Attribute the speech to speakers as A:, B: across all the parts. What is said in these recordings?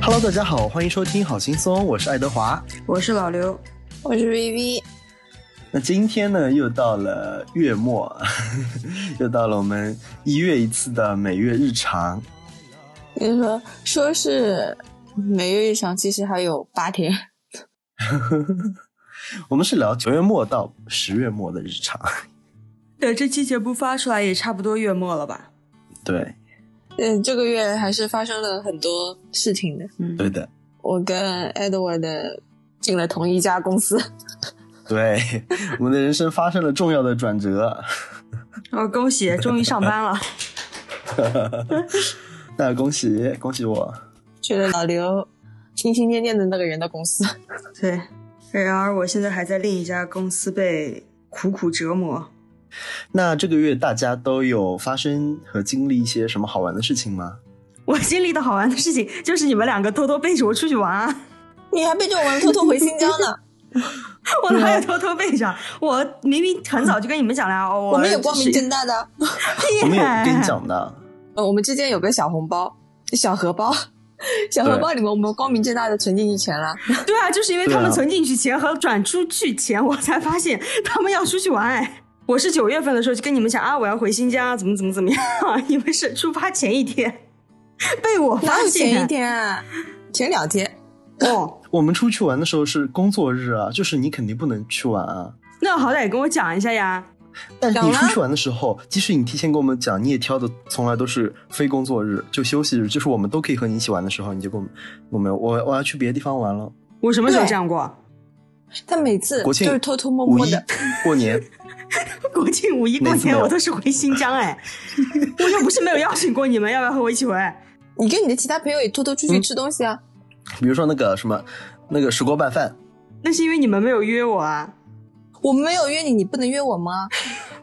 A: Hello，大家好，欢迎收听《好轻松》，我是爱德华。
B: 我是老刘，
C: 我是 VV，
A: 那今天呢，又到了月末， 又到了我们一月一次的每月日常。
C: 跟你说，说是每月一场，其实还有八天。
A: 我们是聊九月末到十月末的日常。
B: 对，这期节目发出来也差不多月末了吧？
A: 对，
C: 嗯，这个月还是发生了很多事情的。
B: 嗯
A: 对的，
C: 我跟 Edward 进了同一家公司，
A: 对， 我们的人生发生了重要的转折。
B: 哦，恭喜，终于上班了。
A: 那恭喜恭喜我！
C: 去了老刘心心念念的那个人的公司。
B: 对，然而我现在还在另一家公司被苦苦折磨。
A: 那这个月大家都有发生和经历一些什么好玩的事情吗？
B: 我经历的好玩的事情就是你们两个偷偷背着我出去玩啊，
C: 你还背着我们偷偷回新疆呢，
B: 我啊哪有偷偷背着？我明明很早就跟你们讲了啊，我
C: 我们也光明
B: 是
C: 正大的。
A: 我们有跟你讲的，
C: 呃，我们之间有个小红包、小荷包，小荷包里面我们光明正大的存进去钱了。
B: 对啊，就是因为他
A: 对
B: 们
A: 啊
B: 存进去钱和转出去钱，我才发现他们要出去玩。哎，我是九月份的时候就跟你们讲啊，我要回新疆，怎么怎么怎么样。你们是出发前一天被我
C: 哪
B: 发
C: 有
B: 现
C: 前一天啊？前两天。
B: 哦，
A: 我们出去玩的时候是工作日啊，就是你肯定不能去玩啊。
B: 那好歹也跟我讲一下呀。
A: 但是你
C: 懂了
A: 出去玩的时候，即使你提前跟我们讲，你也挑的从来都是非工作日，就休息日，就是我们都可以和你一起玩的时候，你就跟我们，我们我我要去别的地方玩了。
B: 我什么时候
C: 对
B: 这样过？
C: 他每次
A: 国
C: 就
A: 庆
C: 是偷偷摸
A: 五
C: 摸
A: 一
C: 的，
A: 过年，
B: 国庆、五一、 过
A: 每次没
B: 年
A: 有
B: 我都是回新疆哎， 我又不是没有邀请过你们，要不要和我一起回？
C: 你跟你的其他朋友也偷偷出
B: 嗯
C: 去吃东西啊？
A: 比如说那个什么，那个石锅拌饭，
B: 那是因为你们没有约我啊，
C: 我们没有约你，你不能约我 们啊！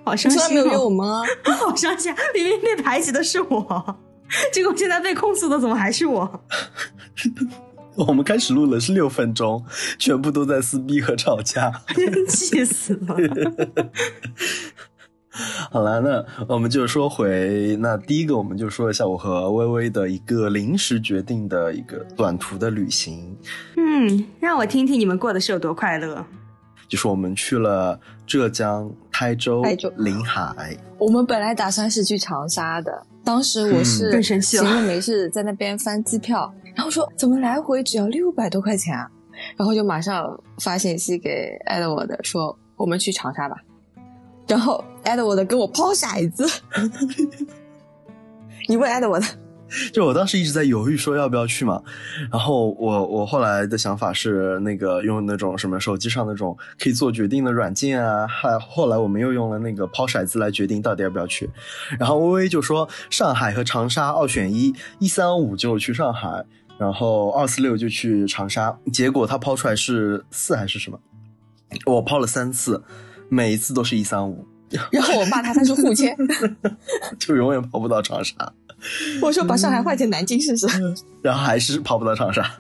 B: 好伤
C: 你从来没
B: 心
C: 有约我
B: 哦，
C: 们啊！
B: 好伤心啊，明明被排挤的是我，结果现在被控诉的怎么还是我？
A: 我们开始录了是六分钟，全部都在撕逼和吵架。
B: 真 气死了！
A: 好了，那我们就说回那第一个，我们就说一下我和微微的一个临时决定的一个短途的旅行，
B: 嗯，让我听听你们过的是有多快乐。
A: 就是我们去了浙江台州
C: 台州
A: 临海，
C: 我们本来打算是去长沙的，当时我
A: 嗯
C: 是
B: 更生气了
C: 闲着没事在那边翻机票，然后说怎么来回只要六百多块钱啊？然后就马上发信息给艾德我的说我们去长沙吧，然后艾德我的给我抛骰子， 你问艾德我的，
A: 就我当时一直在犹豫说要不要去嘛，然后我我后来的想法是那个用那种什么手机上那种可以做决定的软件啊，还后来我们又用了那个抛骰子来决定到底要不要去，然后微微就说上海和长沙二选一，一三五就去上海，然后二四六就去长沙，结果他抛出来是四还是什么？我抛了三次，每一次都是一三五，
C: 然后我骂他，他说互签，
A: 就永远跑不到长沙。
C: 我说把上海换成南京试试。
B: 嗯
A: 然后还是跑不到长沙。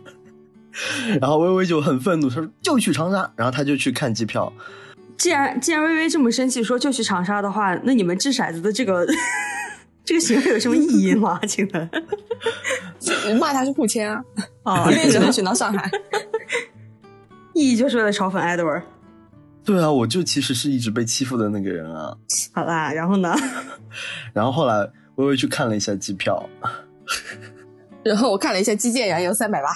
A: 然后微微就很愤怒，她说就去长沙，然后她就去看机票。
B: 既然既然微微这么生气说就去长沙的话，那你们掷骰子的这个 这个行为有什么意 义吗？请问？
C: 骂他是互签啊，
B: 哦
C: 因为只能选到上海。
B: 意义就是为了嘲讽 Edward。
A: 对啊，我就其实是一直被欺负的那个人啊。
B: 好啦，然后呢？
A: 然后后来微微去看了一下机票，
C: 然后我看了一下基建燃油三百八，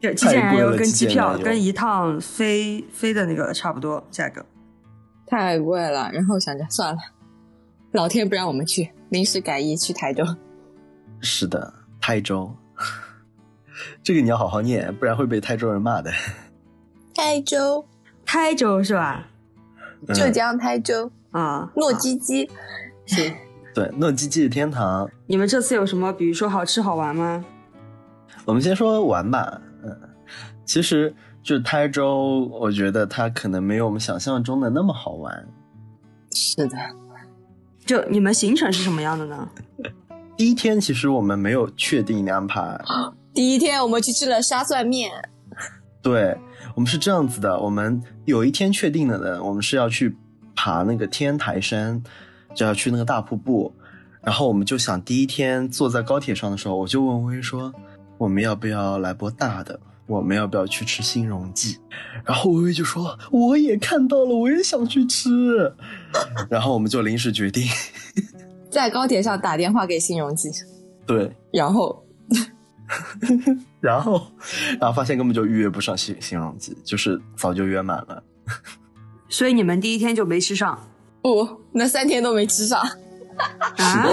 B: 就机械燃
A: 贵
B: 油
A: 了
B: 跟
A: 机
B: 机
A: 械
B: 票
A: 燃油
B: 跟一趟飞飞的那个差不多价格。
C: 太贵了。然后想着算了，老天不让我们去，临时改一去台州。
A: 是的，台州。 这个你要好好念，不然会被台州人骂的。
C: 台州，
B: 台州是吧？
A: 嗯
C: 浙江台州，
B: 啊，
C: 糯
B: 好
C: 叽叽。是，
A: 对诺基基的天堂。
B: 你们这次有什么，比如说好吃好玩吗？
A: 我们先说玩吧，嗯，其实就是台州，我觉得它可能没有我们想象中的那么好玩。
C: 是的，
B: 就你们行程是什么样的呢？
A: 第一天其实我们没有确定的安排，
C: 第一天我们去吃了沙蒜面，
A: 对，我们是这样子的，我们有一天确定了的，我们是要去爬那个天台山，就要去那个大瀑布。然后我们就想，第一天坐在高铁上的时候，我就问薇说，我们要不要来波大的？我们要不要去吃新荣记？然后薇薇就说，我也看到了，我也想去吃。然后我们就临时决定，
C: 在高铁上打电话给新荣记，
A: 对，
C: 然后
A: 然后，然后发现根本就预约不上新新荣记，就是早就约满了。
B: 所以你们第一天就没吃上
C: 不、哦那三天都没吃上。
B: 啊？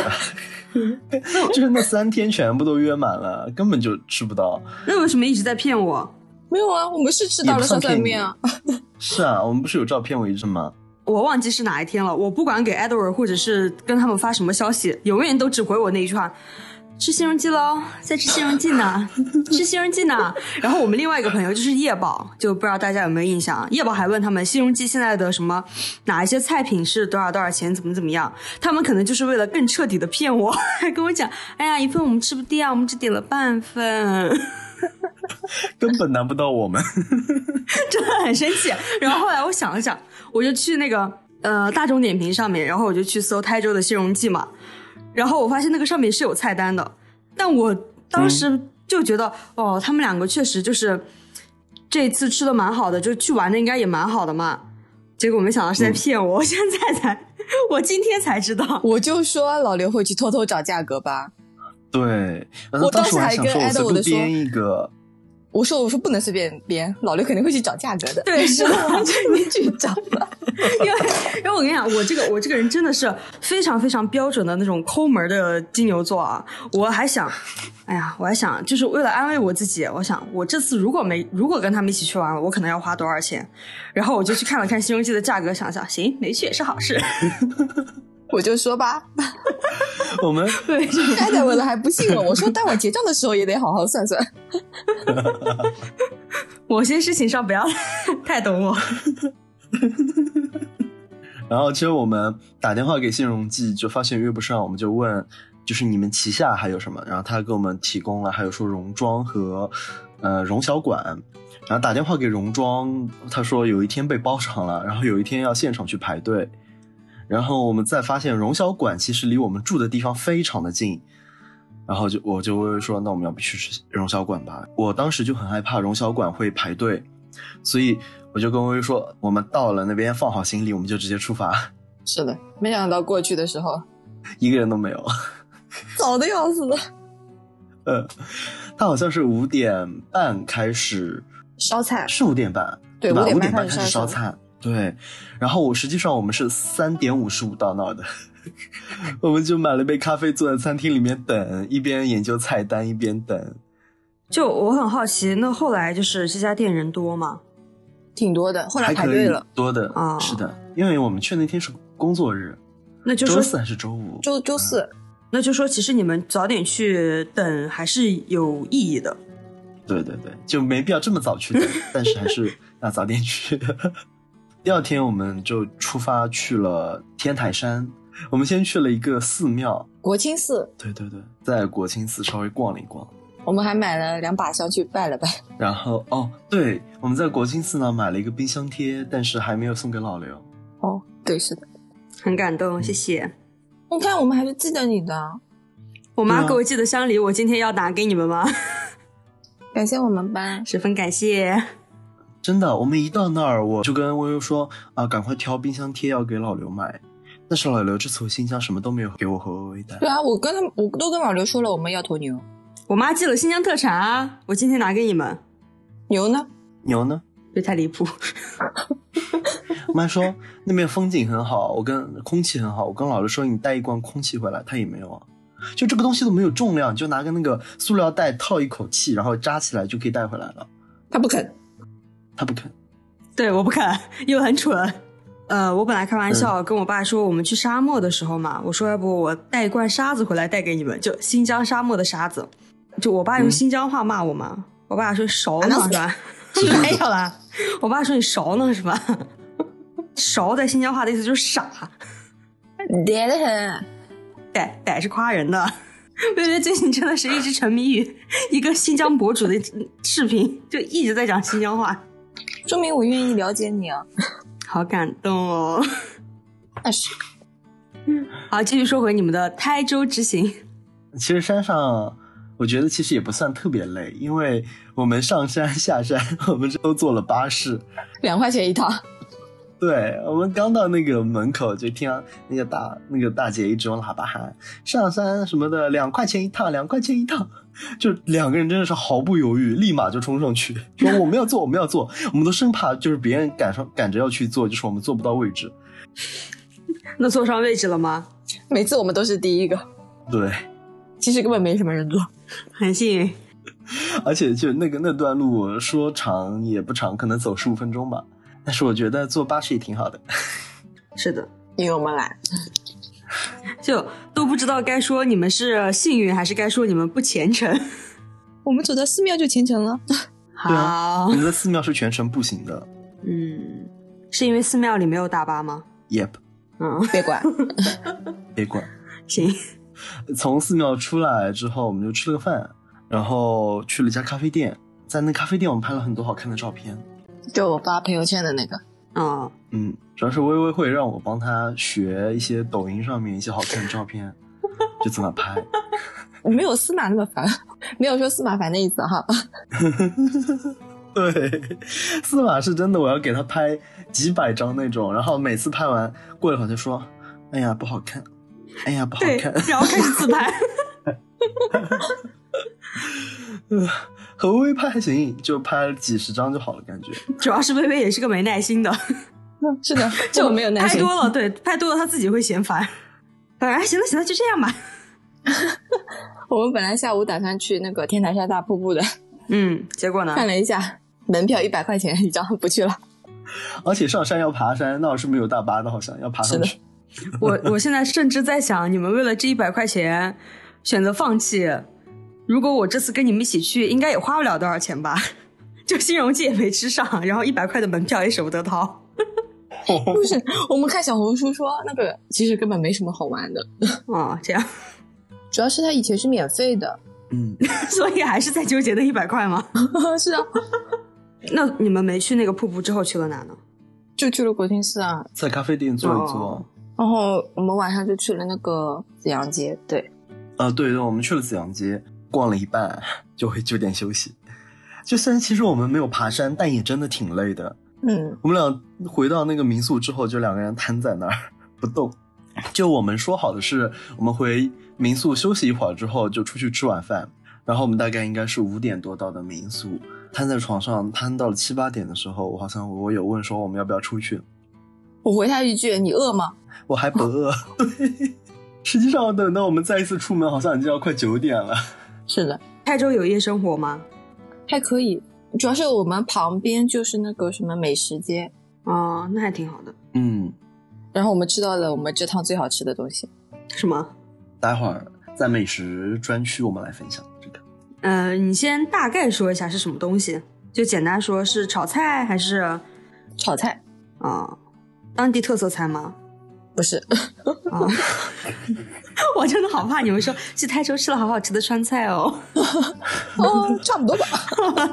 A: 就是那三天全部都约满了，根本就吃不 到。
B: 那为什么一直在骗我？
C: 没有啊，我们是吃到了
A: 也不算
C: 酸
A: 骗
C: 酸
A: 你
C: 面啊。
A: 是啊，我们不是有照片为证吗？
B: 我忘记是哪一天了。我不管给 Edward 或者是跟他们发什么消息，永远都只回我那一句话：吃新荣记喽，在吃新荣记呢，吃新荣记呢。然后我们另外一个朋友就是叶宝，就不知道大家有没有印象？叶宝还问他们新荣记现在的什么哪一些菜品是多少多少钱，怎么怎么样？他们可能就是为了更彻底的骗我，还跟我讲：哎呀，一份我们吃不掉，我们只点了半份。
A: 根本难不到我们。
B: 真的很生气。然后后来我想了想，我就去那个呃大众点评上面，然后我就去搜台州的新荣记嘛，然后我发现那个上面是有菜单的，但我当时就觉得、哦，他们两个确实就是这次吃的蛮好的，就去玩的应该也蛮好的嘛。结果没想到是在骗我，我现在才， 我今天才知道。
C: 我就说老刘回去偷偷找价格吧。
A: 对，然后
C: 我
A: 当时
C: 当时
A: 还
C: 还
A: 想
C: 跟
A: 说，我
C: Adam
A: 随
C: 我
A: 便
C: 就说
A: 编一个，
C: 我说我说不能随便编，老刘肯定会去找价格的。
B: 对是的
C: 你去找吧。
B: 因为， 因为我跟你讲，我这个我这个人真的是非常非常标准的那种抠门的金牛座啊！我还想，哎呀，我还想，就是为了安慰我自己，我想我这次如果没如果跟他们一起去玩，我可能要花多少钱？然后我就去看了看《西游记》的价格，想想，行，没去也是好事。
C: 我就说吧，
A: 我们
B: 对，
C: 艾德文了还不信我，我说待会儿结账的时候也得好好算算。
B: 某些事情上不要 太懂我。
A: 然后其实我们打电话给信荣记，就发现约不上，我们就问，就是你们旗下还有什么？然后他给我们提供了，还有说戎装和呃荣小馆。然后打电话给戎装，他说有一天被包场了，然后有一天要现场去排队。然后我们再发现荣小馆其实离我们住的地方非常的近，然后就我就会说，那我们要不去吃荣小馆吧？我当时就很害怕荣小馆会排队，所以我就跟薇薇说，我们到了那边放好行李，我们就直接出发，
C: 是的，没想到过去的时候
A: 一个人都没有。
C: 早的要死了，
A: 呃，他好像是五点半开始，
C: 烧菜
A: 是五点半
C: 对
A: 吧？
C: 5:30
A: 五点半
C: 开
A: 开
C: 始
A: 始烧
C: 烧
A: 菜，对。然后我实际上我们是三点五十五到那儿的， 我们就买了杯咖啡，坐在餐厅里面等，一边研究菜单一边等。
B: 就我很好奇，那后来就是这家店人多吗？
C: 挺多的，后来
A: 还
C: 排
A: 可
C: 队
A: 以
C: 了，
A: 多的，
B: 哦
A: 是的，因为我们去那天是工作日，
B: 那就
A: 周
B: 说
A: 四还是周五？
C: 周周四
B: 那就说，其实你们早点去等还是有意义的。
A: 对对对，就没必要这么早去的，但是还是要早点去。 第二天我们就出发去了天台山，我们先去了一个寺庙，
C: 国清寺，
A: 对对对，在国清寺稍微逛了一逛，
C: 我们还买了两把香去拜了拜。
A: 然后哦，对，我们在国清寺呢买了一个冰箱贴，但是还没有送给老刘。
C: 哦，对，是的，
B: 很感动，谢谢。
C: 你看我们还是记得你的，
B: 我妈
A: 对啊
B: 给我寄的香梨，我今天要拿给你们 吗？
C: 感谢我们班。
B: 十分感谢。
A: 真的，我们一到那儿，我就跟悠悠说啊，赶快挑冰箱贴要给老刘买。但是老刘这次回新疆什么都没有给我和微微带
C: 对，啊，我跟他们我都跟老刘说了，我们要头牛，
B: 我妈寄了新疆特产啊，我今天拿给你们，
C: 牛呢？
A: 牛呢？
B: 别太离谱。
A: 我妈说那边风景很好，我跟空气很好。我跟老刘说你带一罐空气回来，他也没有啊。就这个东西都没有重量，就拿个那个塑料袋套一口气，然后扎起来就可以带回来了。
C: 他不肯。
A: 他不肯，
B: 对，我不肯，又很蠢。呃，我本来开玩
A: 嗯
B: 笑跟我爸说，我们去沙漠的时候嘛，我说要不我带一罐沙子回来带给你们，就新疆沙漠的沙子。就我爸用
A: 嗯
B: 新疆话骂我嘛，我爸说勺
C: 啊
B: 呢
C: 那
B: 是吧？ 没有 啦，我爸说你勺呢是吧？ 勺在新疆话的意思就是傻，
C: 嗲得很，
B: 歹歹是夸人的。 薇薇最近真的是一直沉迷于一个新疆博主的视频，就一直在讲新疆话。
C: 说明我愿意了解你啊。
B: 好感动哦！
C: 那哎是
B: 好，继续说回你们的台州之行。
A: 其实山上，我觉得其实也不算特别累，因为我们上山 下山，我们都坐了巴士。
C: 两块钱一趟，
A: 对我们刚到那个门口，就听到那个大那个大姐一直用喇叭喊“上山什么的，两块钱一趟，两块钱一趟”， 就两个人真的是毫不犹豫，立马就冲上去 说我们要坐，我们要坐，我们都生怕就是别人赶上赶着要去坐，就是我们坐不到位置。
B: 那坐上位置了吗？
C: 每次我们都是第一个，
A: 对，
C: 其实根本没什么人坐。
B: 很幸运。
A: 而且就那个那段路说长也不长，可能走十五分钟吧。但是我觉得坐巴士也挺好的。
B: 是的，
C: 因为我们懒，
B: 就都不知道该说你们是幸运，还是该说你们不虔诚。
C: 我们走到寺庙就虔诚了。
B: 好，
A: 对啊，我们在寺庙是全程步行的。
B: 嗯，是因为寺庙里没有大巴吗？
A: Yep，
B: 嗯，
C: 别 管，
A: 别管。
B: 行，
A: 从寺庙出来之后，我们就吃了个饭，然后去了一家咖啡店，在那咖啡店我们拍了很多好看的照片。
C: 就我发朋友圈的那个，
B: 嗯，
A: 嗯，主要是微微会让我帮她学一些抖音上面一些好看的照片，就怎么拍。
C: 没有司马那么烦，没有说司马烦的意思哈。
A: 对，司马是真的，我要给他拍几百张那种，然后每次拍完过一会儿就说：“哎呀，不好看，哎呀，不好
B: 对
A: 看。”，
B: 然后开始自拍。
A: 和微微拍还行，就拍了几十张就好了，感觉。
B: 主要是微微也是个没耐心的，
C: 是 的，就我没有耐
B: 拍
C: 心。
B: 多了，对，拍多了他自己会嫌烦。哎，行了行了，就这样吧。
C: 我们本来下午打算去那个天台山大瀑 布的，
B: 嗯，结果呢？
C: 看了一下门票一百块钱一张，不去了。
A: 而且上山要爬山，那我是没有大巴的，好像要爬上
C: 是的
A: 去。
B: 我我现在甚至在想，你们为了这一百块钱选择放弃，如果我这次跟你们一起去，应该也花不了多少钱吧？ 就新荣记也没吃上，然后一百块的门票也舍不得掏。
C: 不是，我们看小红书说那个其实根本没什么好玩的，
B: 哦，这样，
C: 主要是它以前是免费的。
A: 嗯，
B: 所以还是在纠结那一百块吗？
C: 是啊，
B: 那你们没去那个瀑布之后去了哪呢？
C: 就去了国清寺啊，
A: 在咖啡店坐一坐。
B: 哦
C: 然后我们晚上就去了那个紫阳街，对，
A: 呃，对对，我们去了紫阳街，逛了一半就回酒店休息。就虽然其实我们没有爬山，但也真的挺累的。
C: 嗯，
A: 我们俩回到那个民宿之后，就两个人瘫在那儿不动。就我们说好的是，我们回民宿休息一会儿之后，就出去吃晚饭。然后我们大概应该是五点多到的民宿，瘫在床上瘫到了七八点的时候，我好像我有问说我们要不要出去，
C: 我回他一句：“你饿吗
A: 我还不饿。对，实际上等到我们再一次出门，好像已经要快九点了。？”
C: 是的，
B: 泰州有夜生活吗？
C: 还可以。主要是我们旁边就是那个什么美食街，
B: 哦，那还挺好的。
A: 嗯，
C: 然后我们吃到了我们这趟最好吃的东西，
B: 什么？
A: 待会儿在美食专区我们来分享这个。
B: 呃，你先大概说一下是什么东西，就简单说是炒菜还是啊、
C: 炒菜
B: 当地特色菜吗？
C: 不是，
B: 啊，我真的好怕你们说去台州吃了好好吃的川菜哦。
C: 哦， 差不多吧。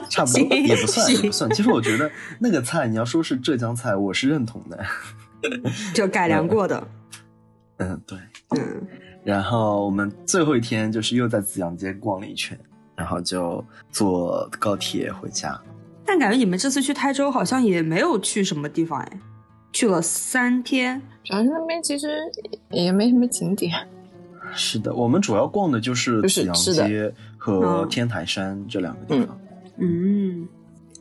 A: 差不多
B: 行
A: 也不算，也
B: 行
A: 不算。其实我觉得那个菜，你要说是浙江菜，我是认同的。
B: 就改良过的。
A: 嗯，对。
B: 嗯，
A: 然后我们最后一天就是又在紫阳街逛了一圈，然后就坐高铁回家。
B: 但感觉你们这次去台州好像也没有去什么地方哎，去了三天。
C: 主要是那边其实也没什么景点，
A: 是的，我们主要逛的就是
C: 就是
A: 紫阳
C: 是的
A: 街和天台山这两个地方。
B: 嗯，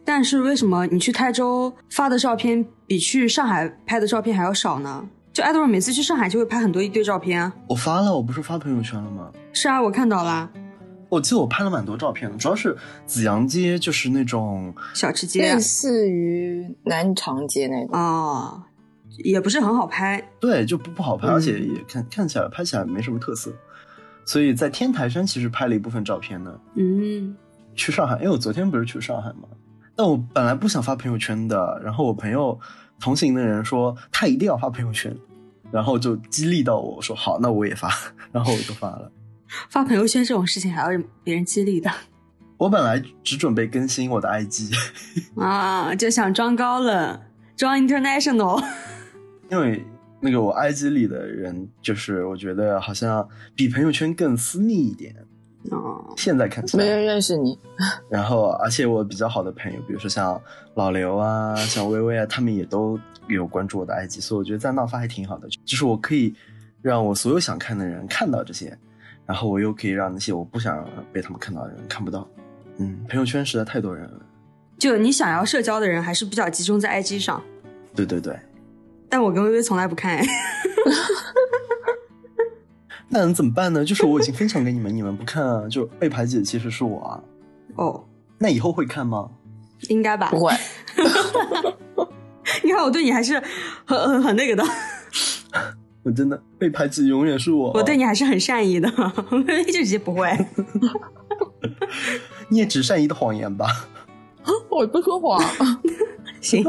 B: 但是为什么你去台州发的照片比去上海拍的照片还要少呢？就艾德尔每次去上海就会拍很多一堆照片啊。
A: 我发了，我不是发朋友圈了吗？
B: 是啊，我看到啦，
A: 我记得我拍了蛮多照片的，主要是紫阳街就是那种
B: 小吃街啊
C: 类似于南长街那种。
B: 哦，也不是很好拍。
A: 对，就不不好拍，
C: 嗯
A: 而且也看看起来拍起来没什么特色，所以在天台山其实拍了一部分照片呢。
B: 嗯，
A: 去上海，因为我昨天不是去上海嘛，但我本来不想发朋友圈的，然后我朋友同行的人说他一定要发朋友圈，然后就激励到我，我说好， 那我也发，然后我就发了。
B: 发朋友圈这种事情还要别人激励的。
A: 我本来只准备更新我的 IG，
B: 啊，就想装高冷，装 international。
A: 因为那个我 IG 里的人，就是我觉得好像比朋友圈更私密一点。
B: 哦，
A: 现在看起来
C: 没人认识你，
A: 然后，而且我比较好的朋友，比如说像老刘啊、像薇薇啊，他们也都有关注我的 IG，所以我觉得在闹发还挺好的，就是我可以让我所有想看的人看到这些，然后我又可以让那些我不想被他们看到的人看不到。嗯，朋友圈实在太多人了。
B: 就你想要社交的人还是比较集中在 IG 上，
A: 对对对，
B: 但我跟微微从来不看。
A: 那能怎么办呢？就是我已经分享给你们，你们不看啊，就被排挤的其实是我啊。
B: 哦，
A: 那以后会看吗？
B: 应该吧
C: 不？会，
B: 你看我对你还是很很很那个的，
A: 我真的被排挤永远是我。
B: 我对你还是很善意的。 微微就直接不会。
A: 你也只善意的谎言吧。
C: 我不说 谎。
B: 行，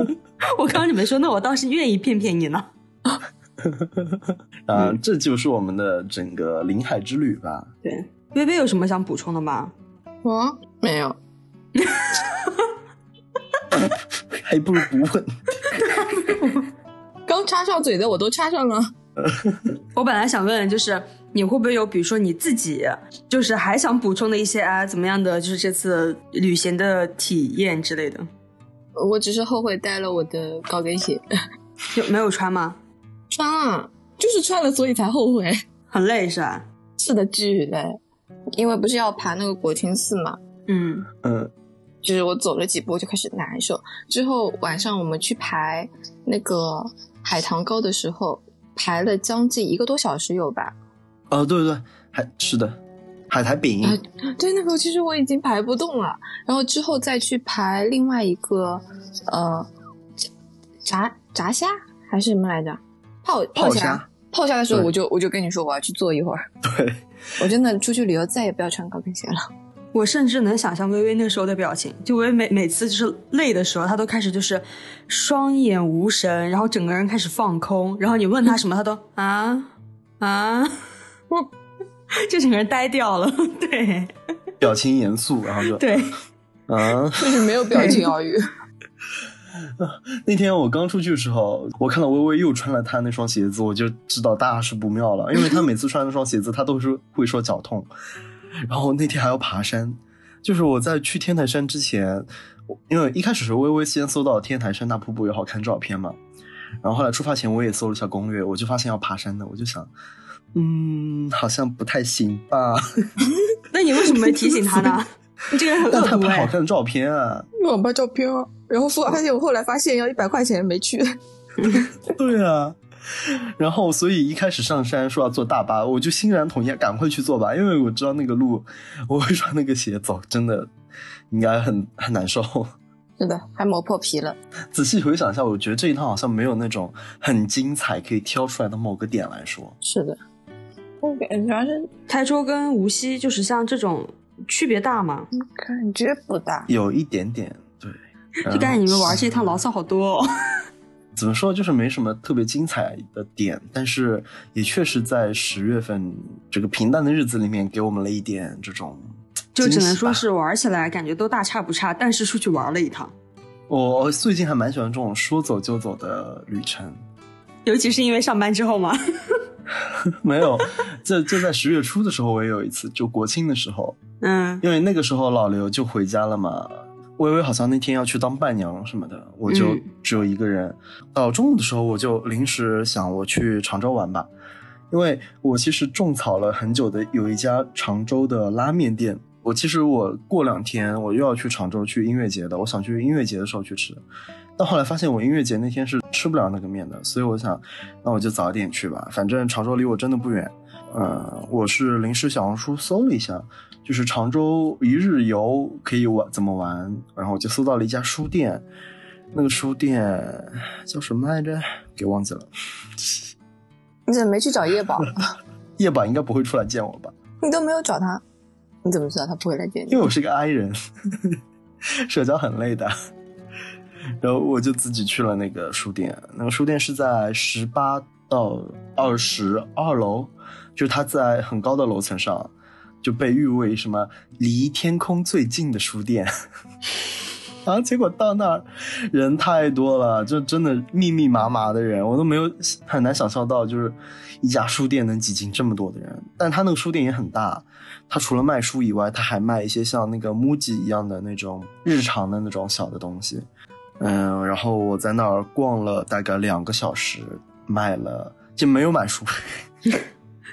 B: 我刚刚你们说，那我倒是愿意骗骗你呢。嗯
A: 啊，这就是我们的整个临海之旅吧。
B: 对，微微有什么想补充的吗？
C: 嗯，没有，
A: 还不如不 问。
C: 刚插上嘴的我都插上了。
B: 我本来想问，就是你会不会有，比如说你自己，就是还想补充的一些啊，怎么样的，就是这次旅行的体验之类的，
C: 我只是后悔带了我的高跟鞋，
B: 有没有穿吗？
C: 穿了就是穿了，所以才后悔。
B: 很累是吧？
C: 是的，巨累，因为不是要爬那个国清寺嘛，
B: 嗯，
A: 嗯，
C: 就是我走了几步就开始难受。之后晚上我们去排那个海棠沟的时候，排了将近一个多小时有吧？
A: 哦，对对对，还是的，海苔饼。
C: 啊 对，那个其实我已经排不动了，然后之后再去排另外一个，呃，炸炸虾还是什么来着？泡
A: 泡
C: 虾
A: 虾。
C: 泡虾的时候，
A: 对
C: 我就我就跟你说我要去坐一会儿。
A: 对，
C: 我真的出去旅游再也不要穿高跟鞋了。
B: 我甚至能想象微微那时候的表情，就微微每每次就是累的时候，她都开始就是双眼无神，然后整个人开始放空，然后你问她什么，她都啊啊，我就整个人呆掉了。 对
A: 表情严肃，然后就
B: 对，
A: 啊。
C: 就是没有表情遨 游。
A: 那天我刚出去的时候，我看到微微又穿了她那双鞋子，我就知道大事不妙了，因为她每次穿那双鞋子，她都是会说脚痛。然后那天还要爬山，就是我在去天台山之前，我因为一开始是微微先搜到天台山大瀑布有好看照片嘛，然后后来出发前我也搜了一下攻略，我就发现要爬山的，我就想，嗯，好像不太行吧。
B: 那你为什么没提醒她呢？ 你这个人很
A: 但
B: 恶
A: 他
B: 毒
A: 拍
B: 哎、
A: 好看的照片啊，
C: 因为我拍照片啊，然后发现我后来发现要一百块钱没 去。
A: 对啊。然后，所以一开始上山说要坐大巴，我就欣然同意，赶快去坐吧，因为我知道那个路，我会穿那个鞋走，真的应该很很难受。
C: 是的，还磨破皮了。
A: 仔细回想一下，我觉得这一趟好像没有那种很精彩可以挑出来的某个点来说。
C: 是的，我感觉还是
B: 台州跟无锡就是像这种区别大嘛，
C: 感觉不大。
A: 有一点点，对，然 后
B: 就感觉你们玩这一趟牢骚好多、哦。
A: 呃怎么说，就是没什么特别精彩的点，但是也确实在十月份这个平淡的日子里面，给我们了一点这种
B: 就
A: 惊
B: 只能
A: 喜吧
B: 说是玩起来感觉都大差不差，但是出去玩了一趟，
A: 我我最近还蛮喜欢这种说走就走的旅程，
B: 尤其是因为上班之后嘛。
A: 没有，这就在十月初的时候，我也有一次，就国庆的时候，
B: 嗯
A: 因为那个时候老刘就回家了嘛，微微好像那天要去当伴娘什么的，我就
B: 嗯
A: 只有一个人。到中午的时候，我就临时想我去常州玩吧，因为我其实种草了很久的有一家常州的拉面店。我其实我过两天我又要去常州去音乐节的，我想去音乐节的时候去吃，但后来发现我音乐节那天是吃不了那个面的，所以我想，那我就早点去吧，反正常州离我真的不远。呃，我是临时小红书搜了一下，就是常州一日游可以玩怎么玩，然后我就搜到了一家书店，那个书店叫什么来着？给忘记了。
C: 你怎么没去找叶宝？
A: 叶宝应该不会出来见我吧？
C: 你都没有找他，你怎么知道他不会来见你
A: 因？为我是个 I 人， 社交很累的。然后我就自己去了那个书店，那个书店是在十八到二十二楼，就是它在很高的楼层上，就被誉为什么离天空最近的书店。 然后结果到那儿人太多了，就真的密密麻麻的人，我都没有很难想象到，就是一家书店能挤进这么多的人。但他那个书店也很大，他除了卖书以外，他还卖一些像那个 MUJI 一样的那种日常的那种小的东西。嗯，然后我在那儿逛了大概两个小时，买了就没有买书。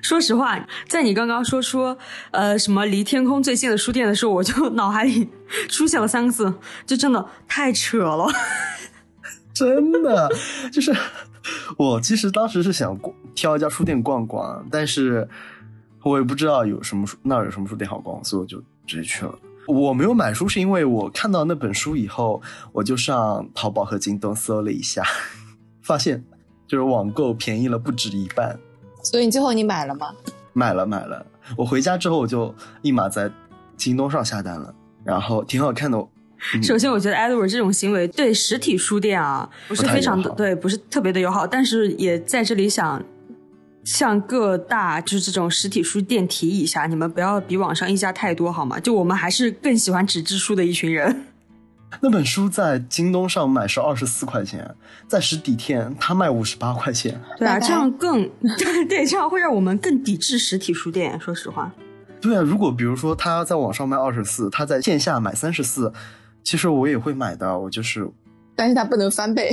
B: 说实话，在你刚刚说出呃什么离天空最近的书店的时候，我就 脑海里出现了三个字，就真的太扯了。
A: 真的， 就是我其实当时是想逛挑一家书店逛逛，但是我也不知道有什么书那儿有什么书店好逛，所以我就直接去了。我没有买书是因为我看到那本书以后，我就上淘宝和京东搜了一下， 发现就是网购便宜了不止一半。
C: 所以你最后你买了吗？
A: 买了买了，我回家之后我就立马在京东上下单了，然后挺好看的。嗯
B: 首先，我觉得 Edward 这种行为对实体书店啊不是
A: 不太
B: 非常的
A: 友好
B: 对，不是特别的友好，但是也在这里想向各大就是这种实体书店提议一下，你们不要比网上溢价太多好吗？就我们还是更喜欢纸质书的一群人。
A: 那本书在京东上买是二十四块钱，在实体店它卖五十八块钱。
B: 对啊，
C: 拜拜
B: 这样更对对，这样会让我们更抵制实体书店。说实话，
A: 对啊，如果比如说他在网上卖二十四，他在线下买三十四，其实我也会买的，我就是
C: 但是它不能翻倍。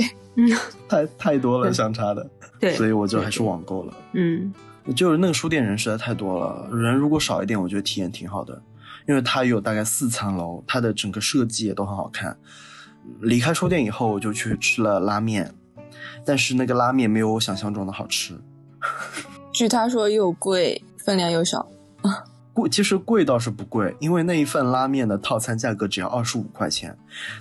A: 太太多了
B: 对
A: 相差的，
B: 对，
A: 所以我就
B: 对
A: 还是网购了。
B: 嗯，
A: 就是那个书店人实在太多了，人如果少一点，我觉得体验挺好的，因为它有大概四层楼，它的整个设计也都很好看。离开书店以后，我就去吃了拉面，但是那个拉面没有我想象中的好吃，
C: 据他说又贵，分量又少。
A: 贵其实贵倒是不贵，因为那一份拉面的套餐价格只要二十五块钱，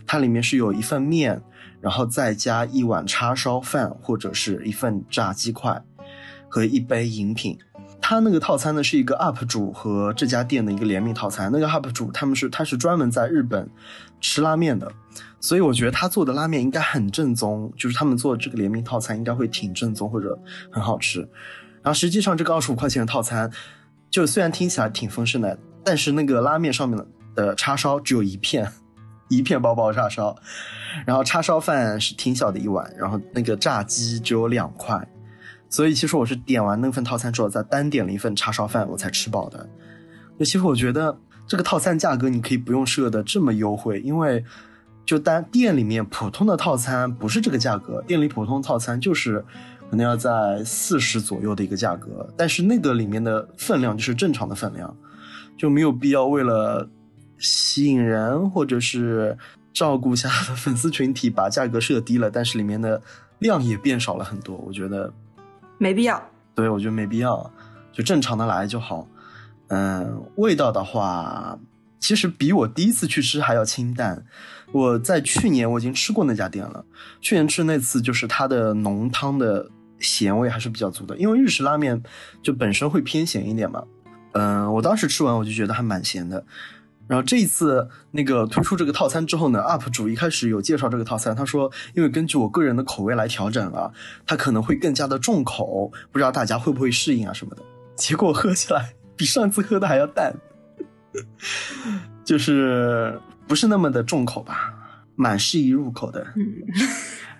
A: 它里面是有一份面，然后再加一碗叉烧饭或者是一份炸鸡块和一杯饮品。它那个套餐呢是一个 UP 主和这家店的一个联名套餐，那个 UP 主他们是他是专门在日本吃拉面的，所以我觉得他做的拉面应该很正宗，就是他们做这个联名套餐应该会挺正宗或者很好吃。然后实际上这个二十五块钱的套餐，就虽然听起来挺丰盛的，但是那个拉面上面的的叉烧只有一片，一片薄薄的叉烧，然后叉烧饭是挺小的一碗，然后那个炸鸡只有两块，所以其实我是点完那份套餐之后再单点了一份叉烧饭我才吃饱的。那其实我觉得这个套餐价格你可以不用设的这么优惠，因为就单店里面普通的套餐不是这个价格，店里普通套餐就是可能要在四十左右的一个价格，但是那个里面的分量就是正常的分量，就没有必要为了吸引人或者是照顾一下 粉丝群体把价格设低了，但是里面的量也变少了很多，我觉得
B: 没必要。
A: 对，我觉得没必要，就正常的来就好。嗯，味道的话，其实比我第一次去吃还要清淡。我在去年我已经吃过那家店了，去年吃那次就是它的浓汤的咸味还是比较足的，因为日式拉面就本身会偏咸一点嘛。嗯，我当时吃完我就觉得还蛮咸的。然后这一次那个推出这个套餐之后呢，UP 主一开始有介绍这个套餐，他说因为根据我个人的口味来调整啊，它可能会更加的重口，不知道大家会不会适应啊什么的。结果喝起来比上次喝的还要淡，就是不是那么的重口吧，蛮适宜入口的。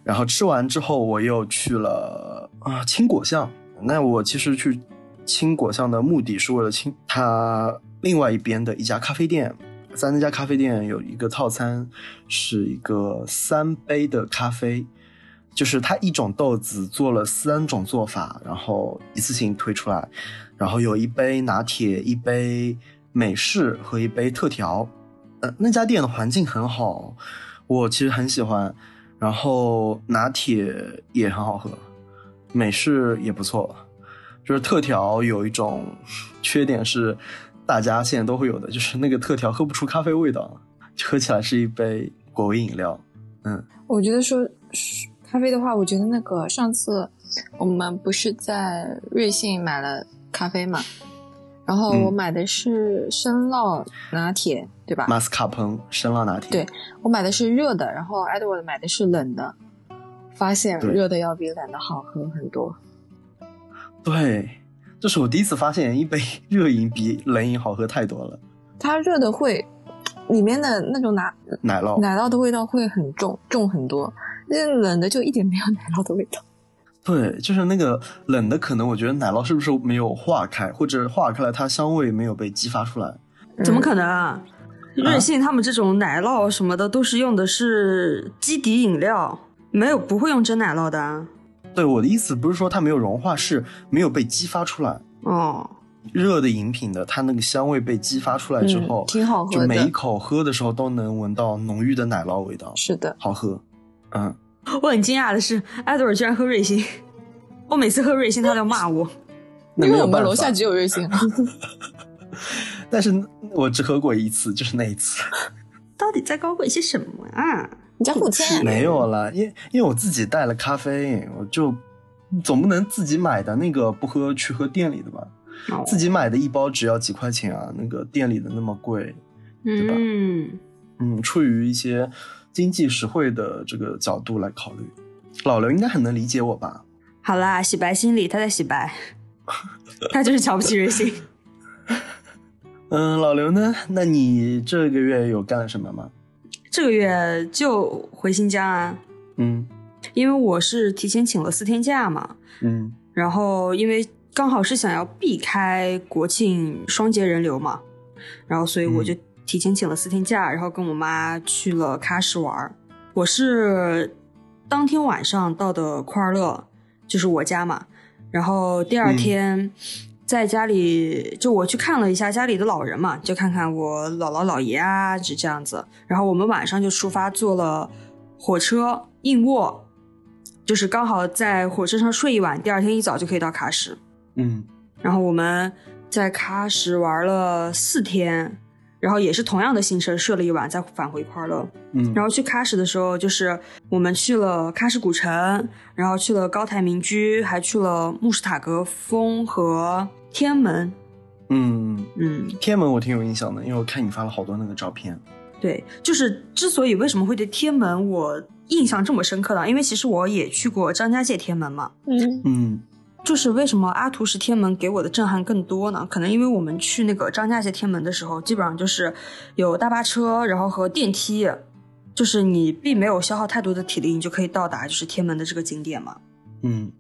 A: 然后吃完之后，我又去了啊、青果巷。那我其实去青果巷的目的是为了青它另外一边的一家咖啡店，在那家咖啡店有一个套餐，是一个三杯的咖啡，就是它一种豆子做了三种做法，然后一次性推出来，然后有一杯拿铁、一杯美式和一杯特调。呃，那家店的环境很好，我其实很喜欢。然后拿铁也很好喝，美式也不错。就是特调有一种缺点是，大家现在都会有的，就是那个特调喝不出咖啡味道，喝起来是一杯果味饮料。
C: 我觉得说是咖啡的话，我觉得那个上次我们不是在瑞幸买了咖啡嘛，然后
A: 嗯
C: 我买的是生酪拿铁，对吧？
A: 马斯卡彭生酪拿铁，
C: 对我买的是热的，然后 Edward 买的是冷的，发现
A: 对
C: 热的要比冷的好喝很多。
A: 对，这是我第一次发现，一杯 热饮比冷饮好喝太多了。
C: 它热的会，里面的那种奶
A: 奶酪，
C: 奶酪的味道会很重，重很多。那冷的就一点没有奶酪的味道。
A: 对，就是那个冷的，可能我觉得奶酪是不是没有化开，或者化开了它香味没有被激发出来？
C: 嗯
B: 怎么可能啊？
A: 啊
B: 瑞幸他们这种奶酪什么的都是用的是基底饮料，没有不会用真奶酪的啊。
A: 对，我的意思不是说它没有融化，是没有被激发出来。
B: 哦，
A: 热的饮品的，它那个香味被激发出来之后
C: 嗯、，挺好
A: 就
C: 喝
A: 每一
C: 的，
A: 口喝的时候都能闻到浓郁的奶酪味道，
C: 是的，
A: 好喝。嗯，
B: 我很惊讶的是，艾德尔居然喝瑞幸。我每次喝瑞幸，他都要骂我。
A: 那没
C: 因为
A: 有
C: 我们
A: 办
C: 楼
A: 法
C: 下只有瑞幸，
A: 但是我只喝过一次，就是那一 次，
B: 到底在高贵些什么啊？
C: 你在户天，
A: 没有啦，因因为我自己带了咖啡因，我就总不能自己买的那个不喝，去喝店里的吧。
B: 哦
A: 自己买的一包只要几块钱啊，那个店里的那么贵。吧
B: 嗯，
A: 嗯，出于一些经济实惠的这个角度来考虑，老刘应该很能理解我吧？
B: 好啦，洗白心理，他在洗白，他就是瞧不起瑞幸。
A: 嗯，老刘呢？那你这个月有干了什么吗？
B: 这个月就回新疆啊，
A: 嗯
B: 因为我是提前请了四天假嘛，
A: 嗯
B: 然后因为刚好是想要避开国庆双节人流嘛，然后所以我就提前请了四天假，然后跟我妈去了喀什玩儿。我是当天晚上到的库尔勒，就是我家嘛，然后第二天在家里就我去看了一下家里的老人嘛，就看看我姥姥姥爷啊，就这样子。然后我们晚上就出发，坐了火车硬卧，就是刚好在火车上睡一晚，第二天一早就可以到喀什。
A: 嗯
B: 然后我们在喀什玩了四天，然后也是同样的行程，睡了一晚，再返回库尔勒。
A: 嗯，
B: 然
A: 后
B: 后去喀什的时候，就是我们去了喀什古城，然后去了高台民居，还去了穆什塔格峰和天安门。
A: 嗯，
B: 嗯，
A: 天安门我挺有印象的，因为我看你发了好多那个照片。
B: 对，就是之所以为什么会对天安门我印象这么深刻呢？因为其实我也去过张家界天安门嘛。
C: 嗯，
A: 嗯
B: 就是为什么阿图什天安门给我的震撼更多呢？可能因为我们去那个张家界天安门的时候，基本上就是有大巴车，然后和电梯，就是你并没有消耗太多的体力，你就可以到达就是天安门的这个景点嘛。
A: 嗯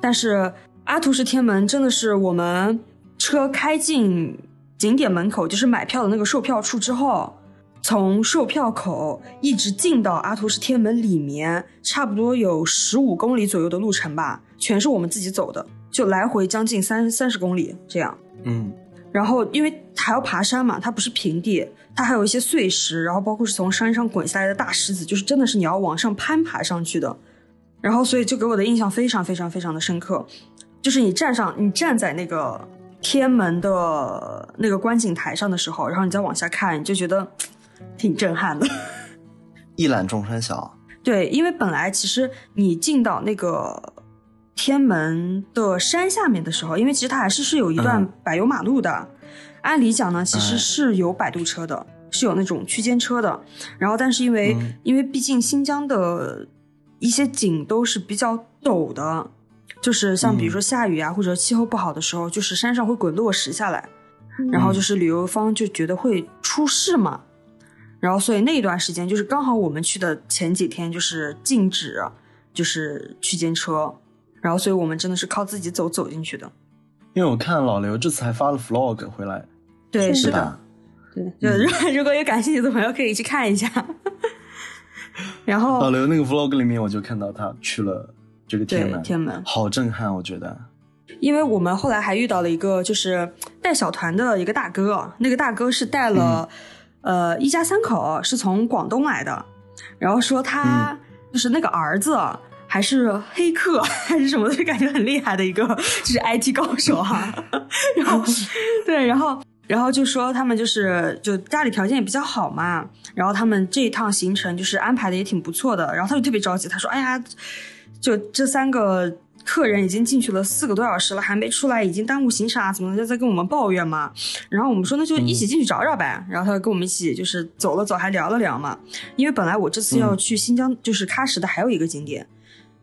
B: 但是阿图什天安门真的是我们车开进景点门口，就是买票的那个售票处之后，从售票口一直进到阿图什天安门里面，差不多有十五公里左右的路程吧，全是我们自己走的，就来回将近三三十公里这样。
A: 嗯
B: 然后因为还要爬山嘛，它不是平地，它还有一些碎石，然后包括是从山上滚下来的大石子，就是真的是你要往上攀爬上去的。然后所以就给我的印象非常非常非常的深刻，就是你站上你站在那个天安门的那个观景台上的时候，然后你再往下看，你就觉得嗯挺震撼的。
A: 一览众山小。
B: 对，因为本来其实你进到那个天安门的山下面的时候，因为其实它还是是有一段
A: 嗯
B: 柏油马路的。按理讲呢，其
A: 哎
B: 实是有摆渡车的，是有那种区间车的。然后，但是因为、
A: 嗯
B: 因为毕竟新疆的一些景都是比较陡的，就是像
A: 嗯
B: 比如说下雨啊、或者气候不好的时候，就是山上会滚落石下来，
A: 嗯
B: 然后就是旅游方就觉得会出事嘛。然后所以那一段时间就是刚好我们去的前几天就是禁止就是区间车，然后所以我们真的是靠自己走走进去的。
A: 因为我看老刘这次还发了 vlog 回来，
B: 对，
C: 是
B: 是的
A: 吧，？
B: 对，
A: 嗯
B: 就如果如果有感兴趣的朋友可以去看一下。 然
A: 老
B: 后
A: 刘那个 vlog 里面我就看到他去了这个哦天
B: 对
A: 安门，
B: 天安门，
A: 好震撼，我觉得。
B: 因为我们后来还遇到了一个就是带小团的一个大哥，啊那个大哥是带了、呃一家三口，是从广东来的，然后说他就是那个儿子。啊还是黑客啊还是什么的，就感觉很厉害的一个，就是 IT 高手啊。然后， 对，然后，然后就说他们就是就家里条件也比较好嘛，然后他们这一趟行程就是安排的也挺不错的。然后他就特别着急，他说：“哎呀，就这三个客人已经进去了四个多小时了，还没出来，已经耽误行程啊，怎么的，在跟我们抱怨嘛。然后我们说那就一起进去找找呗。然后他就跟我们一起就是走了走，还聊了聊嘛。因为本来我这次要去新疆，就是喀什的还有一个景点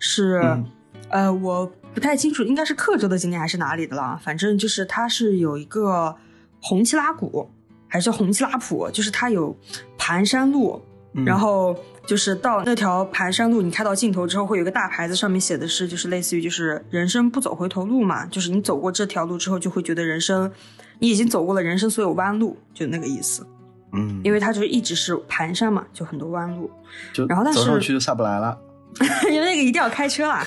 B: 是，
A: 嗯
B: 呃，我不太清楚，应该是克州的景点还是哪里的了。啊反正就是它是有一个红七拉谷，还是叫红七拉普，就是它有盘山路，
A: 嗯
B: 然后就是到那条盘山路，你开到尽头之后，会有一个大牌子，上面写的是就是类似于就是人生不走回头路嘛，就是你走过这条路之后，就会觉得人生你已经走过了人生所有弯路，就那个意思。
A: 嗯，
B: 因为它就是一直是盘山嘛，就很多弯路，
A: 就
B: 然后但
A: 走上
B: 是
A: 去就下不来了。
B: 因为那个一定要开车啦。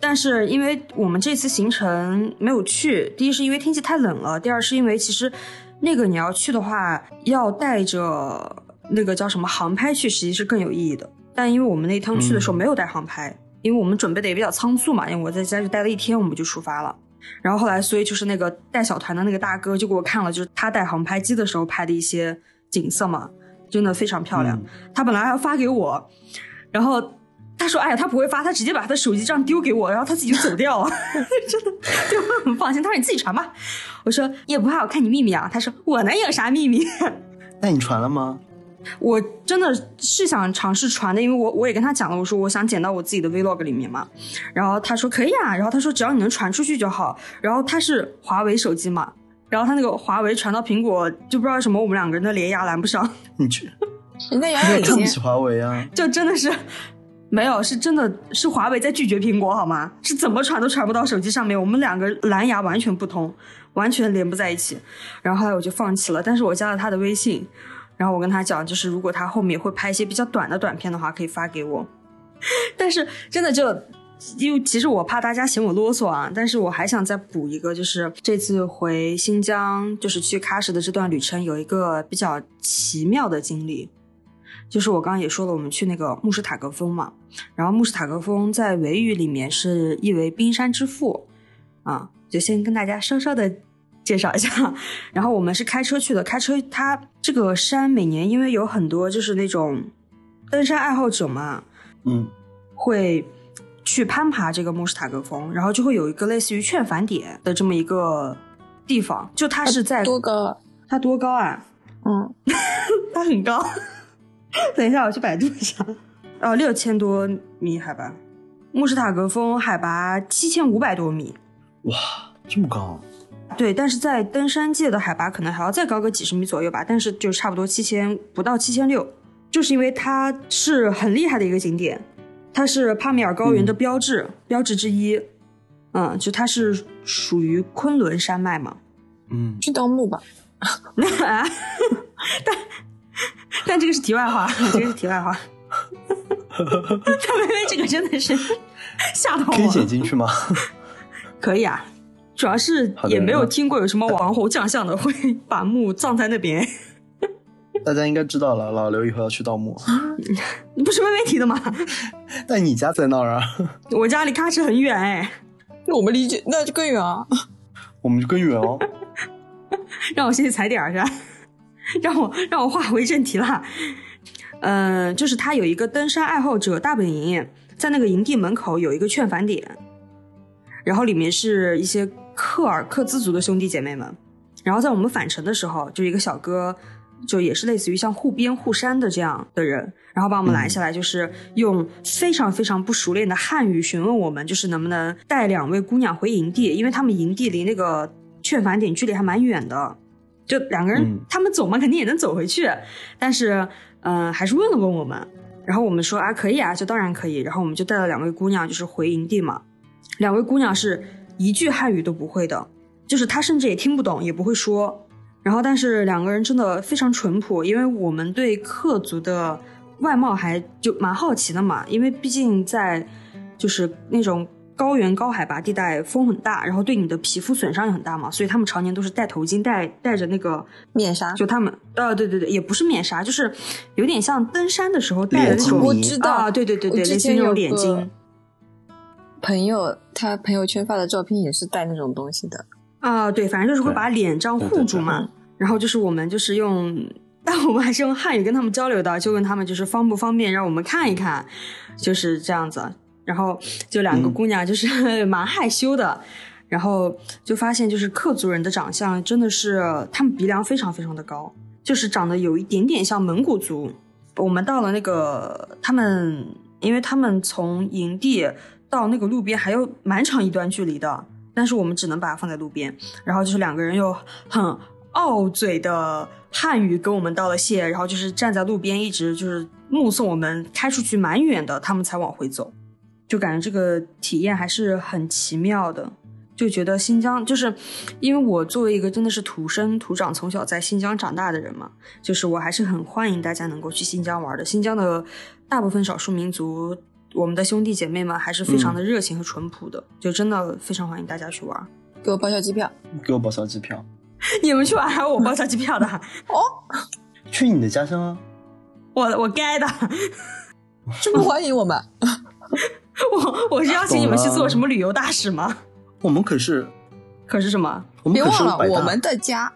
B: 但是因为我们这次行程没有去，第一是因为天气太冷了，第二是因为其实那个你要去的话，要带着那个叫什么航拍去，实际是更有意义的。但因为我们那一趟去的时候
A: 嗯
B: 没有带航拍，因为我们准备的也比较仓促嘛，因为我在家就待了一天，我们就出发了。然后后来，所以就是那个带小团的那个大哥就给我看了，就是他带航拍机的时候拍的一些景色嘛，真的非常漂亮。他本来还要发给我，然后他说：“哎呀，他不会发，他直接把他的手机这样丢给我，然后他自己就走掉了。” 真的，对我很放心。他说：“你自己传吧。”我说：“你也不怕我看你秘密啊？”他说：“我能有啥秘密？”
A: 那你传了吗？
B: 我真的是想尝试传的，因为我我也跟他讲了，我说我想剪到我自己的 vlog 里面嘛，然后他说可以啊，然后他说只要你能传出去就好，然后他是华为手机嘛，然后他那个华为传到苹果就不知道为什么，我们两个人的连压拦不上，
A: 你 去，
C: 人家
A: 你
C: 原来
A: 也
C: 已
A: 看不
C: 经
A: 起华为啊？
B: 就真的是没有，是真的是华为在拒绝苹果好吗？是怎么传都传不到手机上面，我们两个蓝牙完全不通，完全连不在一起。然后后来我就放弃了，但是我加了他的微信，然后我跟他讲，就是如果他后面会拍一些比较短的短片的话，可以发给我。 但是真的就。因为其实我怕大家嫌我啰嗦啊，但是我还想再补一个，就是这次回新疆，就是去喀什的这段旅程，有一个比较奇妙的经历。就是我刚刚也说了，我们去那个慕士塔格峰嘛，然后慕士塔格峰在维语里面是译为冰山之父，啊，就先跟大家稍稍的介绍一下。 然后我们是开车去的，开车它这个山每年因为有很多就是那种登山爱好者嘛，
A: 嗯，
B: 会去攀爬这个慕士塔格峰，然后就会有一个类似于劝返点的这么一个地方，就它是在
C: 多个，
B: 它多高啊？
C: 嗯，
B: 它很高。 等一下，我去百度一下。哦，六千多米海拔，慕士塔格峰海拔七千五百多米。
A: 哇，这么高，
B: 对，但是在登山界的海拔可能还要再高个几十米左右吧，但是就差不多七千不到七千六，就是因为它是很厉害的一个景点，它是帕米尔高原的标志、标志之一。嗯，就它是属于昆仑山脉嘛。
A: 嗯，
C: 去盗墓吧。
B: 啊， 但但这个是题外话， 这个是题外话。但薇薇这个真的是吓到
A: 可以
B: 我
A: 剪
B: 了，
A: 进去吗？
B: 可以啊。主要是
A: 好的
B: 也没有听过有什么王侯将相的会把墓葬在那边，
A: 大家应该知道了，老刘以后要去盗墓。
B: 不是薇薇提的吗？
A: 但你家在那儿啊？
B: 我家离喀什很远哎，
C: 那我们离这那就更远 啊！
A: 我们就更远 哦。
B: 让我先去踩点儿去， 让我让我话回正题啦。嗯、就是他有一个登山爱好者大本营，在那个营地门口有一个劝返点，然后里面是一些克尔克孜族的兄弟姐妹们。然后在我们返程的时候，就一个小哥，就也是类似于像护边护山的这样的人，然后把我们拦下来，就是用非常非常不熟练的汉语询问我们，就是能不能带两位姑娘回营地，因为他们营地离那个劝返点距离还蛮远的，就两个人、
A: 嗯
B: 他们走嘛，肯定也能走回去，但是嗯、呃还是问了问我们。然后我们说啊，可以啊，就当然可以。然后我们就带了两位姑娘，就是回营地嘛。两位姑娘是一句汉语都不会的，就是她甚至也听不懂，也不会说。然后，但是两个人真的非常淳朴，因为我们对克族的外貌还就蛮好奇的嘛，因为毕竟在就是那种高原高海拔地带，风很大，然后对你的皮肤损伤也很大嘛，所以他们常年都是戴头巾，戴戴着那个
C: 面纱，
B: 就他们呃，对对对，也不是面纱，就是有点像登山的时候戴的
A: 脸
B: 那
A: 巾
B: 种
A: 迷
C: 我知道
B: 啊，对对对对，
C: 我之
B: 类似于
C: 前
B: 那种
C: 有
B: 脸
C: 个
B: 巾。
C: 朋友他朋友圈发的照片也是带那种东西的。
B: 啊、对，反正就是会把脸这样
A: 对
B: 护
A: 对
B: 住
A: 对
B: 嘛。
C: 嗯
B: 然后就是我们就是用，但我们还是用汉语跟他们交流的，就问他们就是方不方便让我们看
A: 嗯
B: 一看，就是这样子。然后就两个
A: 嗯
B: 姑娘就是 蛮害羞的，然后就发现就是克族人的长相真的是他们鼻梁非常非常的高，就是长得有一点点像蒙古族。我们到了那个他们，因为他们从营地到那个路边还有蛮长一段距离的，但是我们只能把它放在路边。然后就是两个人又很傲嘴的汉语跟我们道了谢，然后就是站在路边一直就是目送我们开出去蛮远的，他们才往回走。就感觉这个体验还是很奇妙的，就觉得新疆就是，因为我作为一个真的是土生土长、从小在新疆长大的人嘛，就是我还是很欢迎大家能够去新疆玩的。新疆的大部分少数民族，我们的兄弟姐妹们还是非常的热情和淳朴的，就真的非常欢迎大家去玩。
C: 给我报销机票。
A: 给我报销机票，
B: 你们去玩还有我报销机票的，
A: 去你的家乡啊！
B: 我我该的，
C: 这么欢迎我们？
B: 我我是邀请你们去
A: 懂
B: 做
A: 了
B: 什么旅游大使吗？
A: 我们可是
B: 可是什么？
A: 我们
C: 别
A: 可是
C: 忘了
A: 百大
C: 我们的家。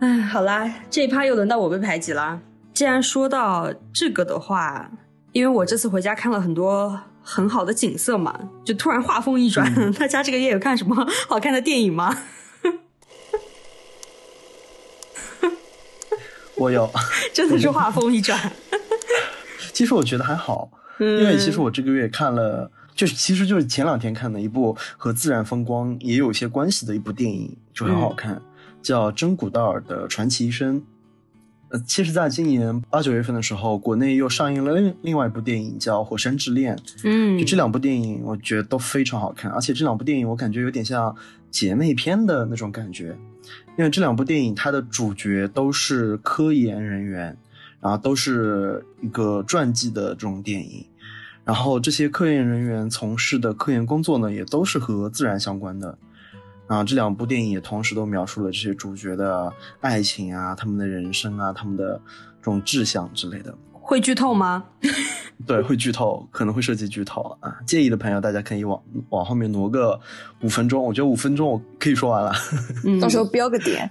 B: 哎，好啦，这一趴又轮到我被排挤啦。既然说到这个的话，因为我这次回家看了很多很好的景色嘛，就突然话锋一转，
A: 嗯
B: 大家这个月有看什么好看的电影吗？
A: 我有。
B: 真的是话锋一转。
A: 其实我觉得还好，
B: 嗯
A: 因为其实我这个月看了，就是其实就是前两天看的一部和自然风光也有一些关系的一部电影，就很好看，
C: 嗯
A: 叫《真古道尔的传奇一生》。呃，其实，在今年八九月份的时候，国内又上映了另另外一部电影叫《火山之恋》，
B: 嗯
A: 就这两部电影，我觉得都非常好看，而且这两部电影我感觉有点像姐妹篇的那种感觉，因为这两部电影它的主角都是科研人员，然后都是一个传记的这种电影，然后这些科研人员从事的科研工作呢，也都是和自然相关的。啊，这两部电影也同时都描述了这些主角的爱情啊，他们的人生啊，他们的这种志向之类的。
B: 会剧透吗？
A: 对，会剧透，可能会涉及剧透啊。介意的朋友，大家可以往往后面挪个五分钟，我觉得五分钟我可以说完了。
B: 嗯
C: 到时候标个点。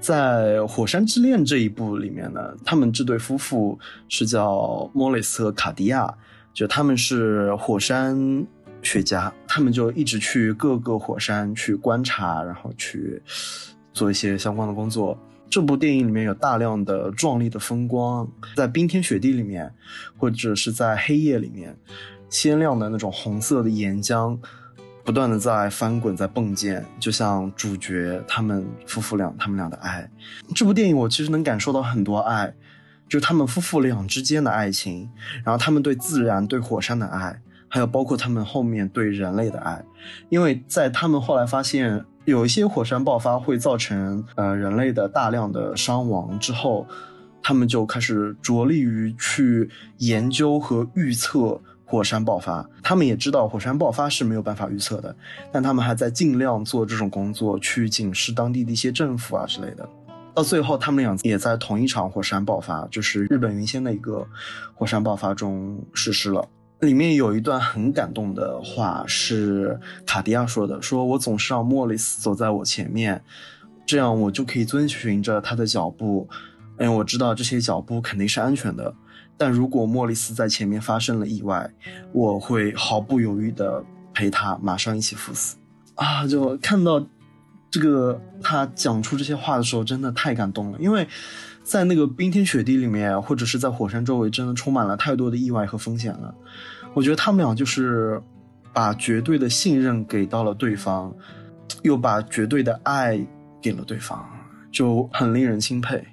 A: 在《火山之恋》这一部里面呢，他们这对夫妇是叫莫里斯和卡迪亚，就他们是火山学家，他们就一直去各个火山去观察，然后去做一些相关的工作。这部电影里面有大量的壮丽的风光，在冰天雪地里面，或者是在黑夜里面，鲜亮的那种红色的岩浆，不断的在翻滚，在迸溅，就像主角他们夫妇俩他们俩的爱。这部电影我其实能感受到很多爱，就是他们夫妇俩之间的爱情，然后他们对自然、对火山的爱，还有包括他们后面对人类的爱，因为在他们后来发现。有一些火山爆发会造成呃人类的大量的伤亡之后，他们就开始着力于去研究和预测火山爆发。他们也知道火山爆发是没有办法预测的，但他们还在尽量做这种工作，去警示当地的一些政府啊之类的。到最后，他们俩也在同一场火山爆发，就是日本云仙的一个火山爆发中逝世了。里面有一段很感动的话是卡迪亚说的：“说我总是让莫里斯走在我前面，这样我就可以遵循着他的脚步。嗯，我知道这些脚步肯定是安全的，但如果莫里斯在前面发生了意外，我会毫不犹豫的陪他，马上一起赴死。”啊，就看到这个他讲出这些话的时候，真的太感动了，因为。在那个冰天雪地里面，或者是在火山周围，真的充满了太多的意外和风险了。我觉得他们俩就是把绝对的信任给到了对方，又把绝对的爱给了对方，就很令人钦佩。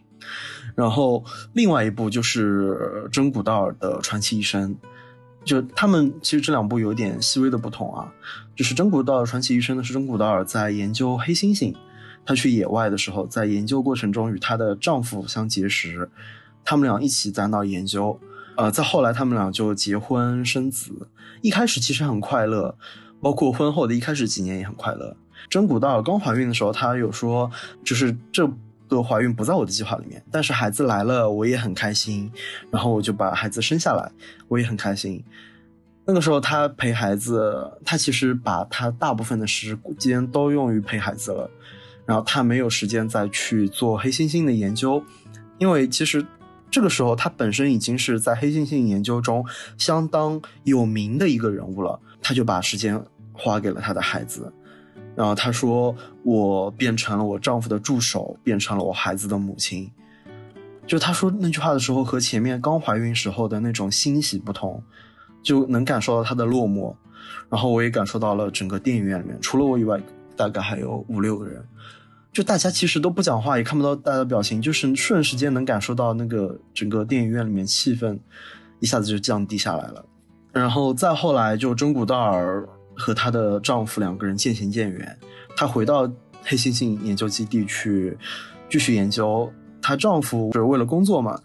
A: 然后另外一部就是真古道尔的传奇一生，就他们其实这两部有点细微的不同啊。就是真古道尔传奇一生呢，是真古道尔在研究黑猩猩，她去野外的时候，在研究过程中与她的丈夫相结识，他们俩一起在那儿研究。呃，再后来他们俩就结婚生子，一开始其实很快乐，包括婚后的一开始几年也很快乐。真古道尔刚怀孕的时候，她有说，就是这个怀孕不在我的计划里面，但是孩子来了，我也很开心，然后我就把孩子生下来，我也很开心。那个时候，她陪孩子，她其实把她大部分的时间都用于陪孩子了，然后她没有时间再去做黑猩猩的研究，因为其实这个时候他本身已经是在黑猩猩研究中相当有名的一个人物了，他就把时间花给了他的孩子。然后他说：“我变成了我丈夫的助手，变成了我孩子的母亲。”就他说那句话的时候，和前面刚怀孕时候的那种欣喜不同，就能感受到他的落寞。然后我也感受到了整个电影院里面，除了我以外，大概还有五六个人，就大家其实都不讲话，也看不到大家的表情，就是瞬时间能感受到那个整个电影院里面气氛一下子就降低下来了。然后再后来，就真古道尔和她的丈夫两个人渐行渐远，她回到黑猩猩研究基地去继续研究。她丈夫是为了工作嘛，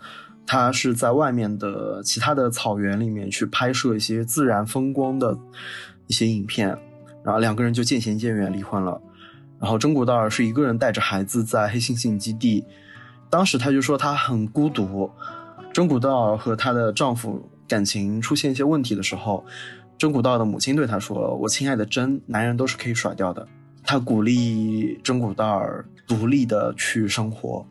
A: 他是在外面的其他的草原里面去拍摄一些自然风光的一些影片，然后两个人就渐行渐远，离婚了。然后真古道尔是一个人带着孩子在黑猩猩基地，当时她就说她很孤独。真古道尔和她的丈夫感情出现一些问题的时候，真古道尔的母亲对她说：“我亲爱的真，男人都是可以甩掉的。”她鼓励真古道尔独立的去生活。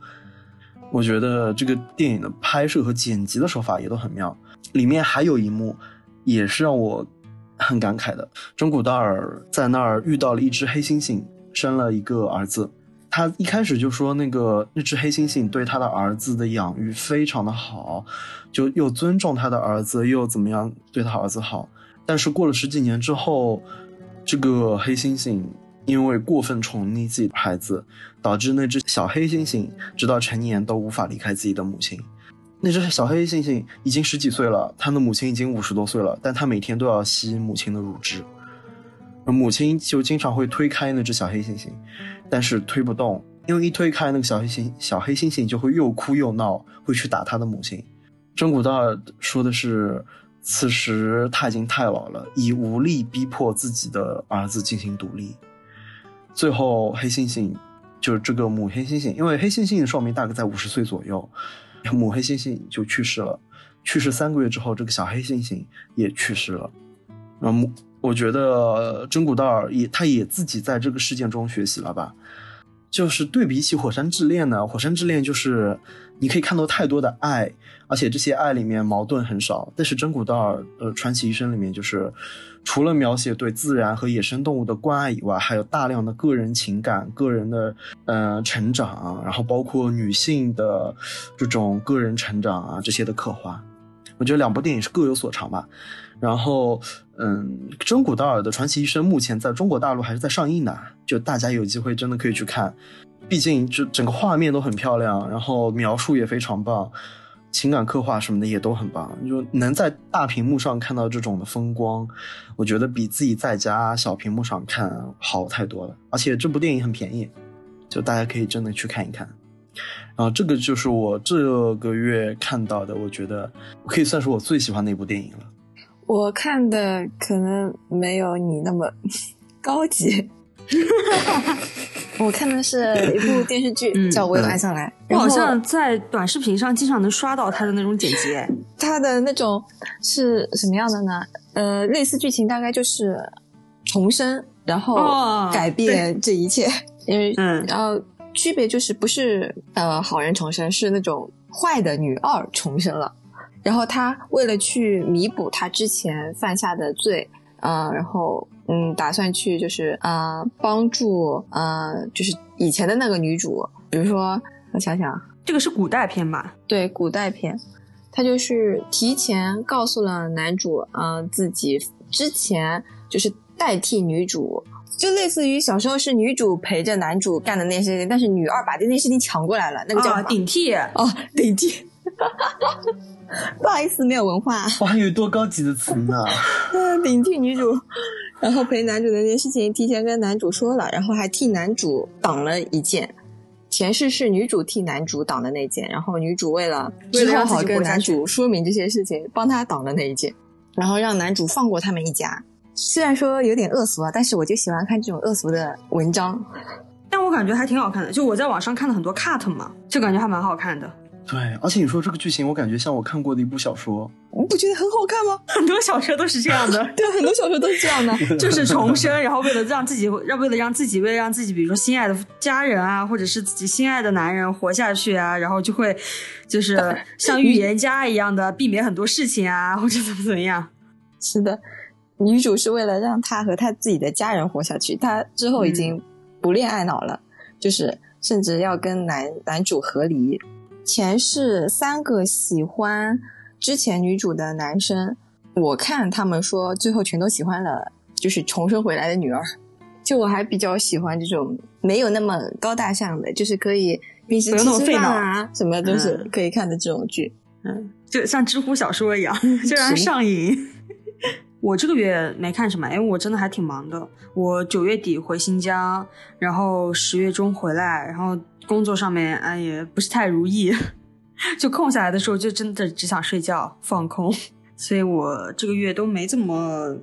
A: 我觉得这个电影的拍摄和剪辑的手法也都很妙。里面还有一幕，也是让我很感慨的。真古道尔在那儿遇到了一只黑猩猩，生了一个儿子。他一开始就说，那个那只黑猩猩对他的儿子的养育非常的好，就又尊重他的儿子，又怎么样对他儿子好。但是过了十几年之后，这个黑猩猩因为过分宠溺自己的孩子，导致那只小黑猩猩直到成年都无法离开自己的母亲。那只小黑猩猩已经十几岁了，它的母亲已经五十多岁了，但它每天都要吸母亲的乳汁。而母亲就经常会推开那只小黑猩猩，但是推不动，因为一推开那个小黑猩小黑猩猩就会又哭又闹，会去打他的母亲。真古道尔说的是，此时他已经太老了，已无力逼迫自己的儿子进行独立。最后，黑猩猩就是这个母黑猩猩，因为黑猩猩的寿命大概在五十岁左右，母黑猩猩就去世了。去世三个月之后，这个小黑猩猩也去世了。那母我觉得真古道尔也，他也自己在这个事件中学习了吧。就是对比起《火山之恋》呢，《火山之恋》就是你可以看到太多的爱，而且这些爱里面矛盾很少。但是真古道尔呃《传奇医生》里面就是除了描写对自然和野生动物的关爱以外，还有大量的个人情感、个人的呃成长，然后包括女性的这种个人成长啊这些的刻画。我觉得两部电影是各有所长吧。然后，嗯，真古道尔的《传奇医生》目前在中国大陆还是在上映的，就大家有机会真的可以去看，毕竟这整个画面都很漂亮，然后描述也非常棒，情感刻画什么的也都很棒，就能在大屏幕上看到这种的风光，我觉得比自己在家小屏幕上看好太多了。而且这部电影很便宜，就大家可以真的去看一看。然后这个就是我这个月看到的，我觉得可以算是我最喜欢的一部电影了。
C: 我看的可能没有你那么 高级，我看的是一部电视剧、
B: 嗯
C: 叫《我有爱上来》，
B: 我
C: 然后
B: 好像在短视频上经常能刷到他的那种剪 辑，哎
C: 它的那种是什么样的呢？呃，类似剧情大概就是重生，然
B: 哦
C: 后改变这一切， 因为
B: 嗯
C: 然后区别就是不是呃好人重生，是那种坏的女二重生了。然后她为了去弥补她之前犯下的罪，呃，然后嗯，打算去就是呃帮助呃就是以前的那个女主，比如说我想想啊，
B: 这个是古代片吧？
C: 对古代片，他就是提前告诉了男主，嗯、自己之前就是代替女主，就类似于小时候是女主陪着男主干的那些，但是女二把这件事情抢过来了，那个叫
B: 啊，
C: 什么
B: 顶替，
C: 哦顶替。 不好意思，没有文化。
A: 哇，还有多高级的词 呢！
C: 嗯，顶替女主，然后陪男主那件事情提前跟男主说了，然后还替男主挡了一件。前世是女主替男主挡的那件，然后女主为了
B: 为了
C: 之后
B: 让自己
C: 好跟
B: 活下
C: 男
B: 去
C: 主说明这些事情，帮他挡了那一件，然后让男主放过他们一家。虽然说有点恶俗啊，但是我就喜欢看这种恶俗的文章。
B: 但我感觉还挺好看的。就我在网上看了很多 cut 嘛，就感觉还蛮好看的。
A: 对，而且你说这个剧情，我感觉像我看过的一部小说。
C: 你不觉得很好看吗？，
B: 很多小说都是这样的
C: 对，很多小说都是这样的。
B: 就是重生，然后为了让自己，让为了让自己，为了让自己，比如说心爱的家人啊，或者是自己心爱的男人活下去啊，然后就会 就是像预言家一样的避免很多事情啊，或者怎么怎么样。
C: 是的，女主是为了让她和她自己的家人活下去，她之后已
B: 嗯
C: 经不恋爱脑了，就是甚至要跟男男主和离，前是三个喜欢之前女主的男生，我看他们说最后全都喜欢了，就是重生回来的女儿。就我还比较喜欢这种没有那么高大上的，就是可以平时
B: 不
C: 吃
B: 用那么
C: 吃
B: 费
C: 饭
B: 脑
C: 啊，什么都是
B: 嗯
C: 可以看的这种剧。
B: 嗯，就像知乎小说一样， 就让人
C: 行
B: 上瘾。 我这个月没看什么，因为我真的还挺忙的。我九月底回新疆，然后十月中回来，然后工作上面哎也不是太如意， 就空下来的时候就真的只想睡觉放空， 所以我这个月都没怎么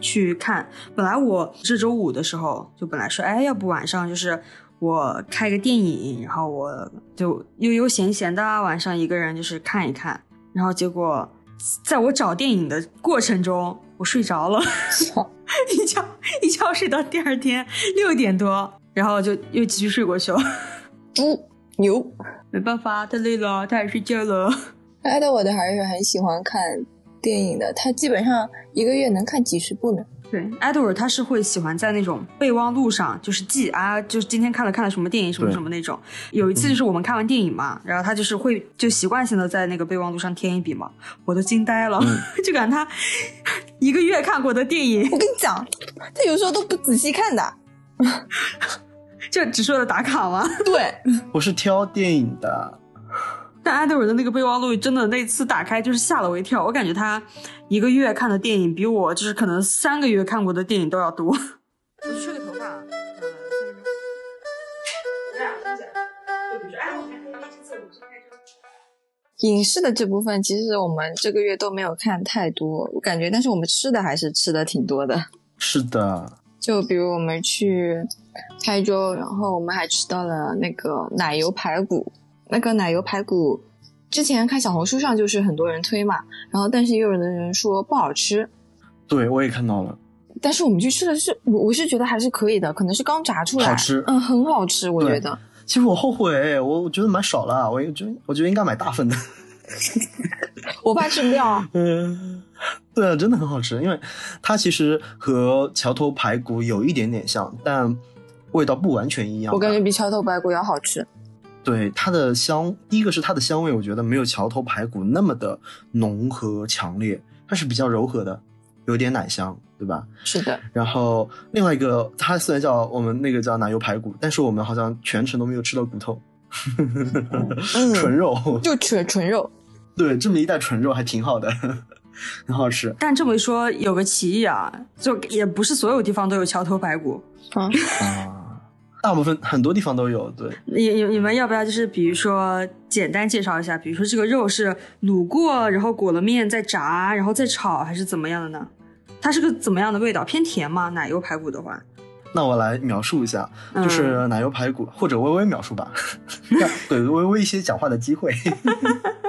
B: 去看。本来我这周五的时候就本来说，哎，要不晚上就是我开个电影，然后我就悠悠闲闲的啊晚上一个人就是看一看，然后结果在我找电影的过程中，我睡着了， 一觉一觉睡到第二天六点多，然后就又继续睡过去了。
C: 猪牛，
B: 没办法，太累了，太想睡觉了。
C: 艾德我的还是很喜欢看电影的，他基本上一个月能看几十部呢。
B: 对，艾德尔他是会喜欢在那种备忘录上，就是记啊，就是今天看了看了什么电影什么
A: 对
B: 什么那种。有一次就是我们看完电影嘛，然后他就是会就习惯性的在那个备忘录上添一笔嘛，我都惊呆了， 就感觉他一个月看过的电影
C: 我跟你讲，他有时候都不仔细看的。
B: 就只是为了打卡嘛。
C: 对，
A: 我是挑电影的，
B: 但艾德尔的那个备忘录真的那次打开就是吓了我一跳，我感觉他一个月看的电影比我就是可能三个月看过的电影都要多。我去吹个头发，呃，三分钟。
C: 影视的这部分，其实我们这个月都没有看太多，我感觉，但是我们吃的还是吃的挺多的。
A: 是的，
C: 就比如我们去台州，然后我们还吃到了那个奶油排骨。那个奶油排骨，之前看小红书上就是很多人推嘛，然后但是也有的人说不好吃，
A: 对我也看到了，
C: 但是我们去吃的是，我我是觉得还是可以的，可能是刚炸出来，
A: 好吃
C: 嗯，很好吃，我觉
A: 对
C: 得。
A: 其实我后悔，我我觉得蛮少了，我也觉得我觉得应该买大份的。
C: 我怕吃不掉啊。
A: 嗯，对啊，真的很好吃，因为它其实和桥头排骨有一点点像，但味道不完全一样。
C: 我感觉比桥头排骨要好吃。
A: 对它的香，第一个是它的香味，我觉得没有桥头排骨那么的浓和强烈，它是比较柔和的，有点奶香，对吧？
C: 是的，
A: 然后另外一个，它虽然叫我们那个叫奶油排骨，但是我们好像全程都没有吃到骨头，
B: 嗯
A: 纯肉。
C: 嗯 就纯纯肉，
A: 对，这么一袋纯肉还挺好的， 很好吃。
B: 但这么一说，有个歧义啊，就也不是所有地方都有桥头排骨。
C: 嗯，
A: 啊，大部分很多地方都有，对，
B: 你你你们要不要就是比如说简单介绍一下，比如说这个肉是卤过，然后裹了面再炸，然后再炒，还是怎么样的呢？它是个怎么样的味道？偏甜吗？奶油排骨的话，
A: 那我来描述一下，就
B: 嗯、
A: 是奶油排骨，或者微微描述吧， 给微微一些讲话的机会。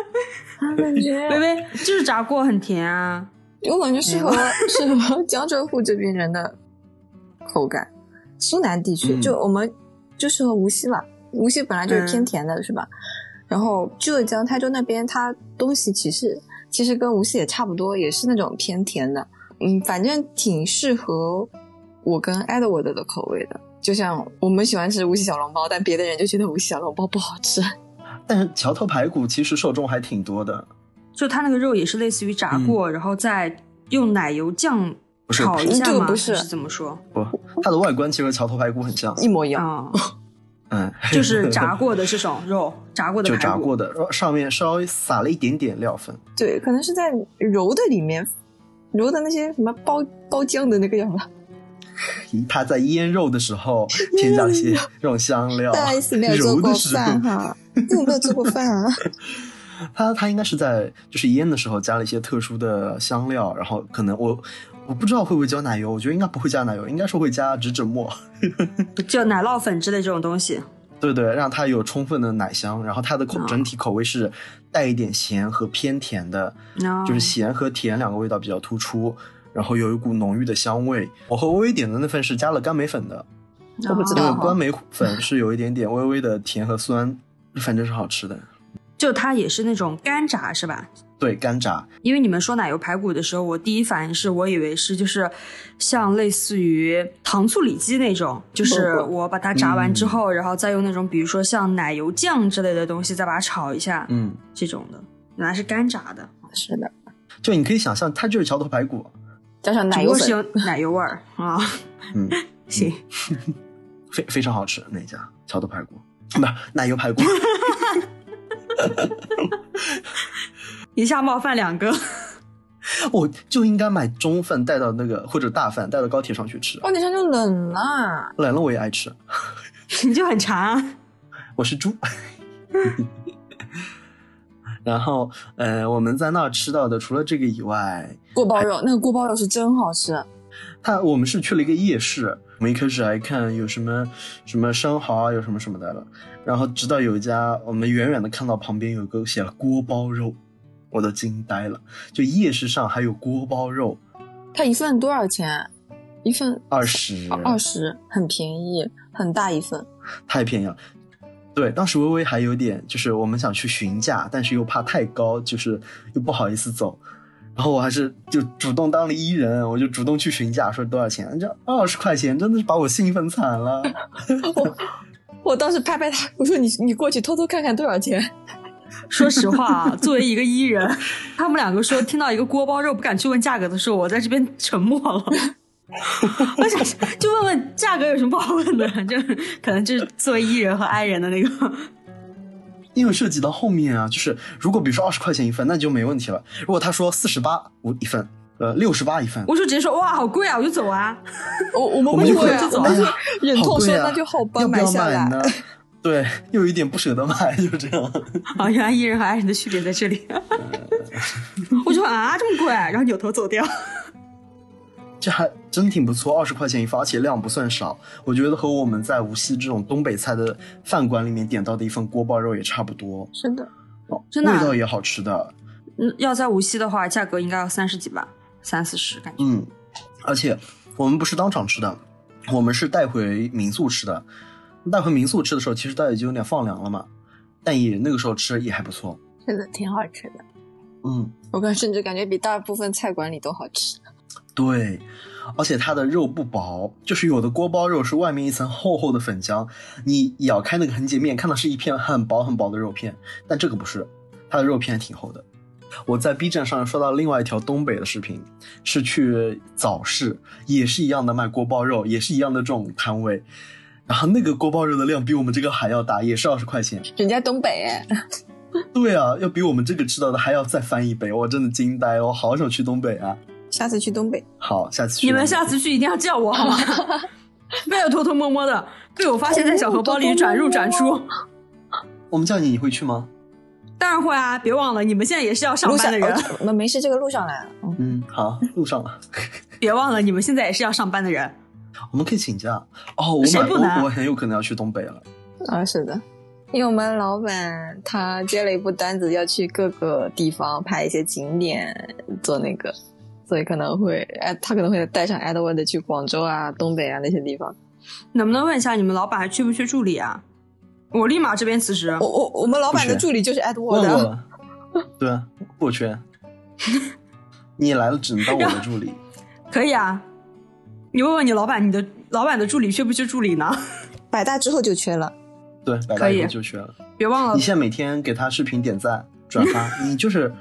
C: 感觉
B: 微微就是炸过很甜啊。
C: 我感觉适合 适合江浙沪这边人的口感，苏南地区、
A: 嗯
C: 就我们就适合无锡嘛，无锡本来就是偏甜的，是吧？然后浙江台州那边，它东西其实其实跟无锡也差不多，也是那种偏甜的，嗯，反正挺适合我跟 Edward 的口味的。就像我们喜欢吃无锡小笼包，但别的人就觉得无锡小笼包不好吃。
A: 但是桥头排骨其实受众还挺多的，
B: 就它那个肉也是类似于炸过，然后再用奶油酱
A: 嗯不是
B: 炒一下
C: 这个
B: 吗？
C: 不是
B: 还是怎么说
A: 不，它的外观其实和桥头排骨很像，
C: 一模一样，
B: 啊、
A: 嗯，
B: 就是炸过的这种肉，炸过的
A: 就
B: 排骨。
A: 炸过的，然后上面稍微撒了一点点料粉，
C: 对，可能是在揉的里面，揉的那些什么包包浆的那个叫什么，
A: 它在腌肉的时 候添加了一些 这种香料
C: 大 S 没有，做
A: 揉
C: 过
A: 的时候
C: 饭。哈，我没有做过饭 啊，
A: 它它应该是在就是腌的时候加了一些特殊的香料，然后可能我我不知道会不会加奶油，我觉得应该不会加奶油，应该是会加植脂末，
B: 就奶酪粉之类这种东西。
A: 对对，让它有充分的奶香，然后它的口
C: 哦
B: 啊
A: 整体口味是带一点咸和偏甜的，
B: 哦
A: 就是咸和甜两个味道比较突出。然后有一股浓郁的香味，我和微微点的那份是加了甘梅粉的，
C: 我不知
A: 因为
C: 道
A: 甘梅粉是有一点点微微的甜和酸，反正是好吃的。
B: 就它也是那种干炸是吧？
A: 对干炸，
B: 因为你们说奶油排骨的时候，我第一反应是我以为是就是像类似于糖醋里脊那种，就是
C: 不
B: 我把它炸完之
A: 嗯
B: 后，然后再用那种比如说像奶油酱之类的东西再把它炒一下，
A: 嗯，
B: 这种的，原来是干炸的，
C: 是的，
A: 就你可以想象，它就是桥头排 骨，
C: 加上奶
B: 只不
C: 油
B: 过是
C: 粉，
B: 有奶油味儿啊。
A: 嗯，
B: 行，
A: 非非常好吃那家桥头排骨， 不是奶油排骨，
B: 一下冒犯两个，
A: 我就应该买中饭带到那个或者大饭带到高铁上去吃，
C: 高铁哦上就冷了。啊
A: 冷了我也爱吃，
B: 你就很馋啊。
A: 我是猪。 然后，呃，我们在那儿吃到的，除了这个以外，
C: 锅包肉，那个锅包肉是真好吃，
A: 他我们是去了一个夜市，我们一开始还看有什么什么生蚝啊，有什么什么的了，然后直到有一家，我们远远的看到旁边有个写了锅包肉，我都惊呆了，就夜市上还有锅包肉，
C: 它一份多少钱？啊一份
A: 二十
C: 哦二十，很便宜，很大一份。
A: 太便宜了。对，当时微微还有点，就是我们想去询价，但是又怕太高，就是又不好意思走，然后我还是就主动当了伊人，我就主动去询价，说多少钱？这二十块钱真的是把我兴奋惨了。
C: 我当时拍拍他，我说你你过去偷偷看看多少钱。
B: 说实话啊，作为一个伊人，他们两个说听到一个锅包肉不敢去问价格的时候，我在这边沉默了。 我想就问问价格有什么不好问的，就是可能就是作为伊人和 i 人的那个，
A: 因为涉及到后面啊，就是如果比如说二十块钱一份，那就没问题了。如果他说四十八五一份，呃，六十八一份，
B: 我就直接说哇好贵啊，我就走啊。
C: 我我们
A: 我们
C: 不
A: 就
C: 会
A: 会
C: 啊，
A: 就
C: 我 们
A: 哎
C: 就
A: 呀
C: 忍
A: 好
C: 痛说
A: 贵啊
C: 那就好吧，
A: 要不要
C: 下来。
A: 呢？对，又有一点不舍得买，就这样。
B: 啊，原来伊人和 i 人的区别在这里。 我就说啊这么贵，然后扭头走掉。
A: 这还真挺不错，二十块钱一份，而且量不算少。我觉得和我们在无锡这种东北菜的饭馆里面点到的一份锅包肉也差不多，
C: 是的，
A: 哦
B: 真的啊
A: 味道也好吃的。
B: 嗯，要在无锡的话，价格应该要三十几吧，三四十感觉。
A: 嗯，而且我们不是当场吃的，我们是带回民宿吃的。带回民宿吃的时候，其实它已经有点放凉了嘛，但也那个时候吃也还不错。
C: 是的，挺好吃的。
A: 嗯，
C: 我感甚至感觉比大部分菜馆里都好吃。
A: 对，而且它的肉不薄，就是有的锅包肉是外面一层厚厚的粉浆，你咬开那个横截面，看到是一片很薄很薄的肉片，但这个不是，它的肉片还挺厚的。我在 B 站上刷到另外一条东北的视频，是去早市，也是一样的卖锅包肉，也是一样的这种摊位，然后那个锅包肉的量比我们这个还要大，也是二十块钱。
C: 人家东北哎，
A: 对啊，要比我们这个吃到的还要再翻一倍，我真的惊呆了，我好想去东北啊！
C: 下次去东北，
A: 好，下次去
B: 你们
A: 东北
B: 下次去一定要叫我好吗？ 不要偷偷摸摸的，被我发现在小荷包里转入转出。
A: 我们叫你，你会去吗？
B: 当然会啊，别忘了你们现在也是要上
C: 路
B: 班
C: 上
B: 的人，
C: 哦没没事，这个路上来了。嗯
A: 嗯，好，路上了，
B: 别忘了你们现在也是要上班的人。
A: 我们可以请假。哦，我
B: 谁
A: 买
B: 不能
A: 我我很有可能要去东北了。
C: 啊，是的，因为我们老板他接了一部单子，要去各个地方拍一些景点，做那个，所以可能会哎，他可能会带上 Edward 去广州啊、东北啊那些地方。
B: 能不能问一下你们老板还缺不缺助理啊？我立马这边辞职
C: 我。我我们老板的
A: 不是
C: 助理就是
A: 问
C: Edward，
A: 我
C: 啊
A: 了，对啊，不缺。 你来了只能当我的助理，
B: 可以啊，你问问你老板，你的老板的助理缺不缺助理呢？
C: 百大之后就缺了。
A: 对，百大以
B: 可
A: 后
B: 以哦
A: 就缺了。
B: 别忘了
A: 你现在每天给他视频点赞、转 发，你就是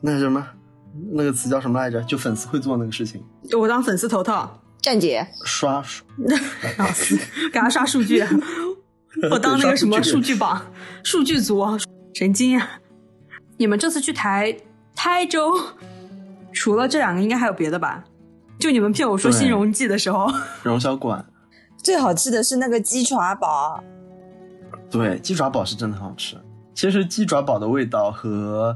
A: 那什么，那个词叫什么来着？就粉丝会做那个事情，
B: 我当粉丝头套，
C: 站姐，
A: 刷刷
B: 老师给他刷数据， 我当那个什么数据榜、数据组，神经啊！你们这次去台台州，除了这两个，应该还有别的吧？就你们骗我说《
A: 对
B: 新荣记》的时候，
A: 荣小馆。
C: 最好吃的是那个鸡爪煲，
A: 对，鸡爪煲是真的很好吃。其实鸡爪煲的味道和，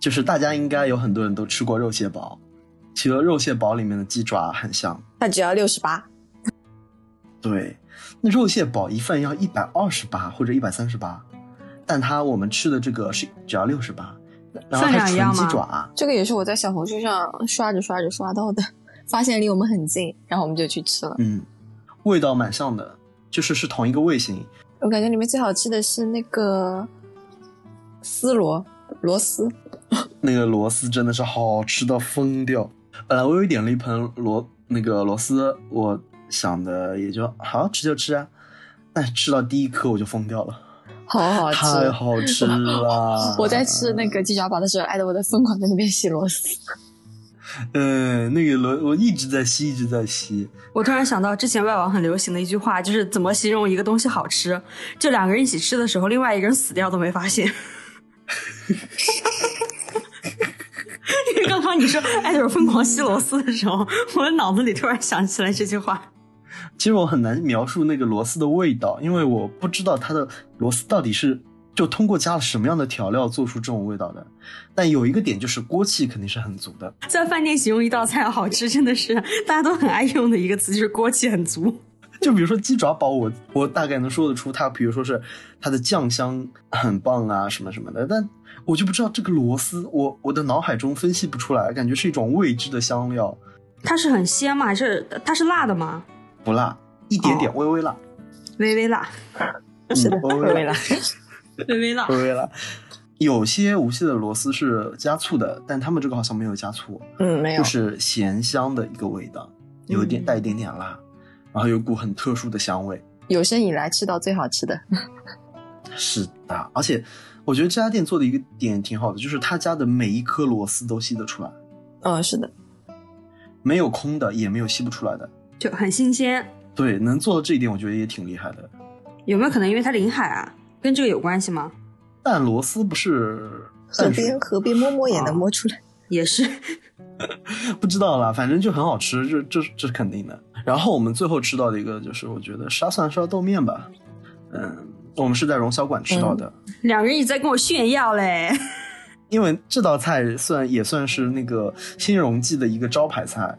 A: 就是大家应该有很多人都吃过肉蟹煲，其实肉蟹煲里面的鸡爪很像。
C: 它只要六十八。
A: 对，那肉蟹煲一份要一百二十八或者一百三十八，但它我们吃的这个是只要六十八，然后
B: 分
A: 它
B: 量
A: 是
B: 一
A: 纯
B: 样
A: 鸡
B: 吗
A: 爪。
C: 这个也是我在小红书上刷着刷着刷到的，发现离我们很近，然后我们就去吃了。
A: 嗯，味道蛮像的，就是是同一个味型。
C: 我感觉里面最好吃的是那个丝螺，螺丝，
A: 那个螺丝真的是好吃到疯掉。本来我又点了一盆螺那个螺丝，我想的也就好吃就吃啊，但吃到第一颗我就疯掉了，
C: 好好吃。。
A: 太好吃了
C: 我在吃那个鸡爪堡的时候，爱德我在疯狂在那边吸螺丝。
A: 嗯，那个螺我一直在吸，一直在吸。
B: 我突然想到之前外网很流行的一句话，就是怎么形容一个东西好吃？就两个人一起吃的时候，另外一个人死掉都没发现。 因为刚刚你说艾德尔疯狂吸螺丝的时候，我的脑子里突然想起来这句话。
A: 其实我很难描述那个螺丝的味道，因为我不知道它的螺丝到底是就通过加了什么样的调料做出这种味道的。但有一个点就是锅气肯定是很足的，
B: 在饭店形容一道菜好吃，真的是大家都很爱用的一个词，就是锅气很足。
A: 就比如说鸡爪煲，我我大概能说得出它，比如说是它的酱香很棒啊什么什么的，但我就不知道这个螺丝，我我的脑海中分析不出来，感觉是一种未知的香料，
B: 它是很鲜嘛？是它是辣的吗？
A: 不辣，一点点微微辣，
B: 微微辣，
A: 哦 是的，微微辣。
B: 微微辣
A: 微。微辣。有些无锡的螺丝是加醋的，但他们这个好像没有嗯加醋，
C: 嗯，没有
A: 就。是咸香的一个味道，有一点带一点点辣，然后有股很特殊的香味。
C: 有生以来吃到最好吃的。
A: 是的，而且我觉得这家店做的一个点挺好的，就是他家的每一颗螺丝都吸得出来，
C: 嗯，是的。
A: 没有空的，也没有吸不出来的。
B: 就很新鲜。
A: 对，能做到这一点，我觉得也挺厉害的。
B: 有没有可能因为它临海啊，跟这个有关系吗？
A: 但螺丝不是
C: 河
A: 淡水
C: 边河边摸摸也能摸出来。
B: 也是，
A: 不知道啦，反正就很好吃，这这这是肯定的。然后我们最后吃到的一个就是，我觉得沙蒜烧豆面吧，嗯，我们是在荣小馆吃到的，
B: 两个人一直在跟我炫耀嘞。
A: 因为这道菜算也算是那个新荣记的一个招牌菜，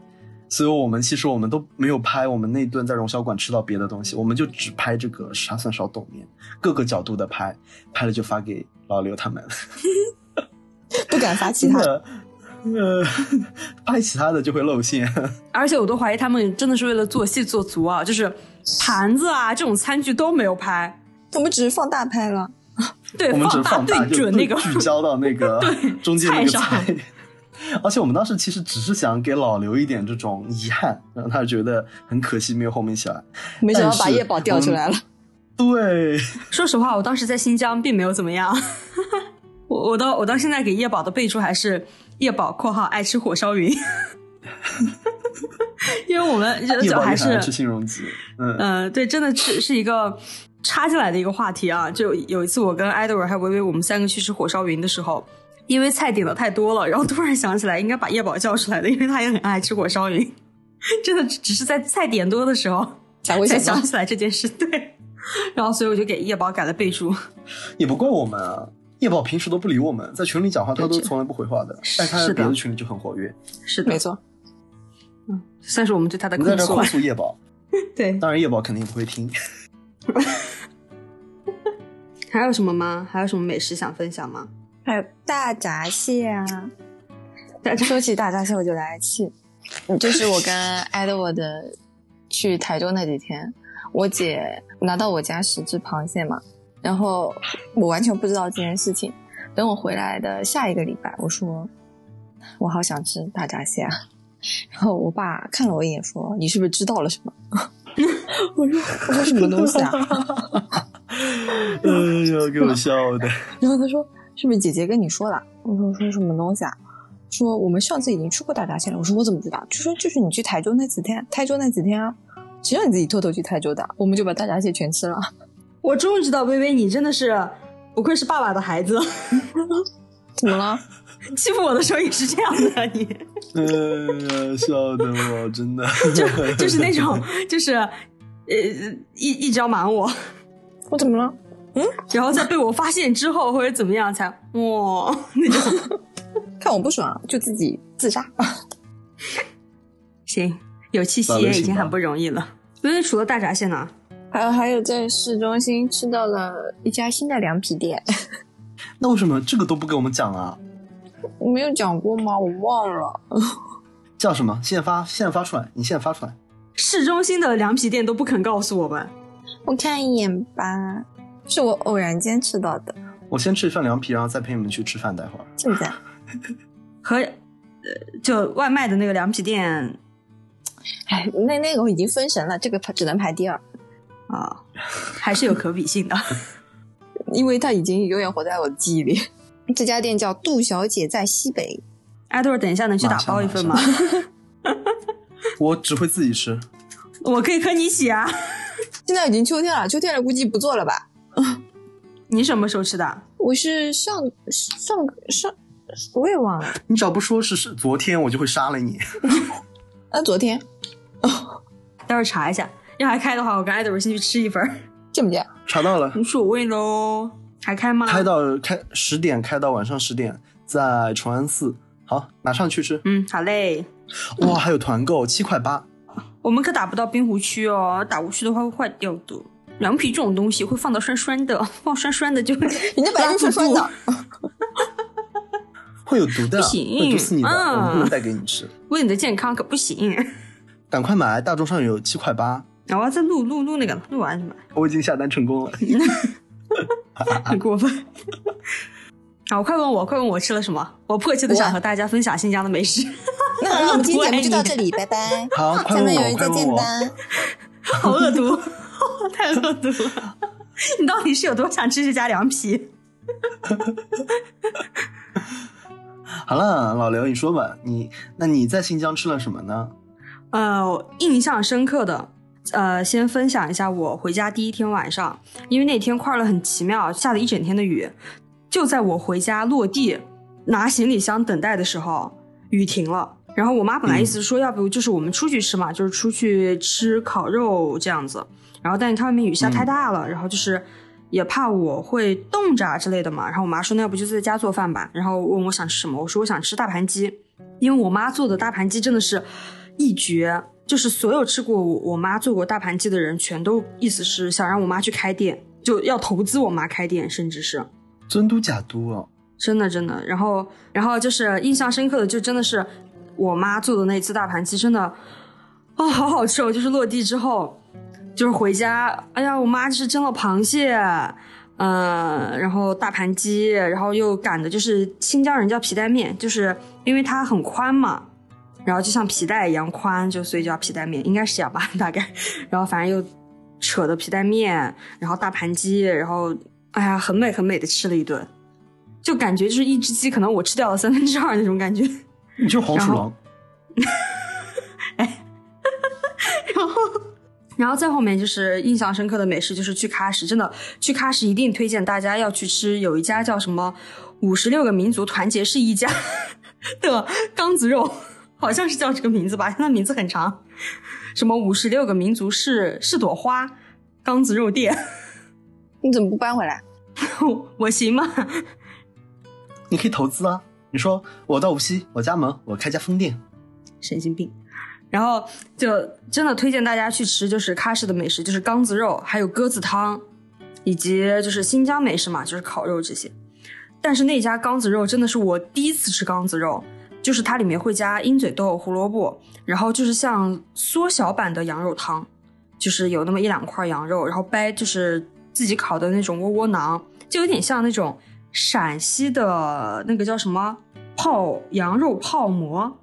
A: 所以我们其实我们都没有拍我们那顿在荣小馆吃到别的东西，我们就只拍这个沙蒜烧豆面，各个角度的拍，拍了就发给老刘 他们。
C: 不敢发其
A: 真
C: 他。
A: 的，呃，拍其他的就会露馅。
B: 而且我都怀疑他们真的是为了做戏做足啊，就是盘子啊这种餐具都没有拍，
C: 我们只是放大拍了。
B: 对，
A: 我们只是
B: 大
A: 放大
B: 对
A: 就
B: 准那个。
A: 聚焦到那个中间那个
B: 菜上
A: 菜。而且我们当时其实只是想给老刘一点这种遗憾，让他觉得很可惜没有后面起来。
C: 没想到
A: 但
C: 把
A: 是
C: 叶宝调出来了。
A: 对，
B: 说实话，我当时在新疆并没有怎么样。 我我到我到现在给叶宝的备注还是叶宝（括号爱吃火烧云），因为我们
A: 叶
B: 就
A: 宝啊
B: 还
A: 也很爱
B: 是
A: 吃新荣记，嗯，
B: 嗯，对，真的是是一个插进来的一个话题啊。就有一次，我跟艾德尔还有微微，我们三个去吃火烧云的时候，因为菜点的太多了，然后突然想起来应该把叶宝叫出来的，因为他也很爱吃火烧云。真的只是在菜点多的时候
C: 才会
B: 才
C: 想
B: 想
C: 到
B: 起来这件事，对。然后，所以我就给叶宝改了备注。
A: 也不怪我们啊。叶宝平时都不理我们，在群里讲话他
C: 对
A: 都
C: 这
A: 从来不回话的，但他在
B: 是的
A: 别的群里就很活跃。
B: 是的
C: 没，错，
B: 算是我们对他的
A: 我们在这控
B: 控诉 吧。
A: 诉叶宝，
B: 对，
A: 当然叶宝肯定不会听。
B: 还有什么吗？还有什么美食想分享吗？
C: 还有大闸蟹 啊。
B: 大闸
C: 说起大闸蟹，我就来气。就是我跟艾德沃的去台州那几天，我姐拿到我家十只螃蟹嘛，然后我完全不知道这件事情。等我回来的下一个礼拜，我说我好想吃大闸蟹啊。 然后我爸看了我一眼，说：“你是不是知道了什么？” 我说：“我说什么东西啊？”
A: 哎呦，给我笑的！
C: 然后他说：“是不是姐姐跟你说的？”我说：“说什么东西啊？”说我们上次已经吃过大闸蟹了。我说：“我怎么知道？”就说就是你去台州那几天，台州那几天啊，谁让你自己偷偷去台州的？我们就把大闸蟹全吃了。
B: 我终于知道微微，你真的是不愧是爸爸的孩子，
C: 怎么了？
B: 欺负我的时候也是这样的你。
A: 哎呀，笑的我真的
B: 就就是那种，就是呃一一直要瞒我，
C: 我怎么了？
B: 然后在被我发现之后或者怎么样才哇、那种。
C: 看我不爽啊就自己自杀。
B: 行，有气息
A: 那
B: 也
A: 就
B: 已
A: 行
B: 经
A: 吧
B: 很不容易了。因为除了大闸蟹呢，
C: 还有还有，在市中心吃到了一家新的凉皮店，
A: 那为什么这个都不给我们讲啊？
C: 我没有讲过吗？我忘了。
A: 叫什么？现发现发出来，你现发出来。
B: 市中心的凉皮店都不肯告诉我们。
C: 我看一眼吧，是我偶然间吃到的。
A: 我我先吃一份凉皮，然后再陪你们去吃饭，待会儿。
C: 现在
B: 和呃就外卖的那个凉皮店
C: 哎，那那个我已经封神了，这个排只能排第二，
B: 啊，还是有可比性的。
C: 因为它已经永远活在我的记忆里。 这家店叫杜小姐在西北，
B: 艾豆儿，等一下能去打包一份吗
A: 马？我只会自己吃，
B: 我可以和你一起啊。
C: 现在已经秋天了，秋天了估计不做了吧？
B: 你什么时候吃的？
C: 我是上上上，我也忘了，
A: 你只要不说是是昨天，我就会杀了你。
C: 那、啊昨天
B: 待会儿查一下，要还开的话，我跟艾豆儿先去吃一份儿。
C: 见不见？
A: 查到了，
B: 无所谓喽，还开吗？
A: 开到开十点，开到晚上十点，在崇安寺。好，马上去吃。
B: 嗯，好嘞。嗯
A: 哇，还有团购，七块八。
B: 我们可打不到滨湖区哦，打过去的话会坏掉的。凉皮这种东西会放到酸酸的，放酸酸的就
C: 人家本来就说酸的，
A: 会有毒的，
B: 不行
A: 会毒死你的，
B: 嗯
A: 我们不能带给你吃。
B: 为你的健康可不行。
A: 赶快买，大众上有七块八，
B: 然后要再录录录那个呢，录完就买，
A: 我已经下单成功了。
C: 啊
B: 很过分。好，快问我，快问我吃了什么？我迫切的想
C: 我
B: 和大家分享新疆的美食。
C: 那我们今天节目就到这里，拜拜。
A: 好，快
C: 下
A: 问
C: 面有
A: 我，
C: 人
A: 快
C: 再
A: 问
C: 见
A: 我，
C: 吧。
B: 好恶毒， 太恶毒了！你到底是有多想吃这家凉皮？
A: 好了，老刘，你说吧，你那你在新疆吃了什么呢？
B: 呃，我印象深刻的，呃，先分享一下我回家第一天晚上，因为那天快乐很奇妙，下了一整天的雨，就在我回家落地拿行李箱等待的时候，雨停了。然后我妈本来意思说，要不就是我们出去吃嘛，就是出去吃烤肉这样子。然后但是看外面雨下太大了，然后就是也怕我会冻着啊之类的嘛。然后我妈说，那要不就在家做饭吧。然后问我想吃什么，我说我想吃大盘鸡，因为我妈做的大盘鸡真的是一绝，就是所有吃过我我妈做过大盘鸡的人，全都意思是想让我妈去开店，就要投资我妈开店，甚至是。
A: 真都假都哦，
B: 真的真的。然后然后就是印象深刻的，就真的是我妈做的那次大盘鸡，真的啊、哦好好吃哦！就是落地之后，就是回家，哎呀，我妈就是蒸了螃蟹，嗯、然后大盘鸡，然后又擀的就是新疆人叫皮带面，就是因为它很宽嘛。然后就像皮带一样宽，就所以叫皮带面，应该是这样吧， 大概。然后反正又扯的皮带面，然后大盘鸡，然后哎呀，很美很美的吃了一顿。就感觉就是一只鸡，可能我吃掉了三分之二那种感觉。
A: 你就是黄鼠
B: 然
A: 狼。
B: 然后再后面就是印象深刻的美食，就是去喀什，真的去喀什一定推荐大家要去吃，有一家叫什么“五十六个民族团结是一家” 的缸子肉，好像是叫这个名字吧，它名字很长，什么“五十六个民族是是朵花”缸子肉店，
C: 你怎么不搬回 来？
B: 我我行吗？
A: 你可以投资啊。你说我到无锡，我加盟，我开家分店。
B: 神经病。然后就真的推荐大家去吃，就是喀什的美食，就是缸子肉，还有鸽子汤，以及就是新疆美食嘛，就是烤肉这些。但是那家缸子肉真的是我第一次吃缸子肉，就是它里面会加鹰嘴豆、胡萝卜，然后就是像缩小版的羊肉汤，就是有那么一两块羊肉，然后掰就是自己烤的那种窝窝囊，就有点像那种陕西的那个叫什么泡羊肉泡馍，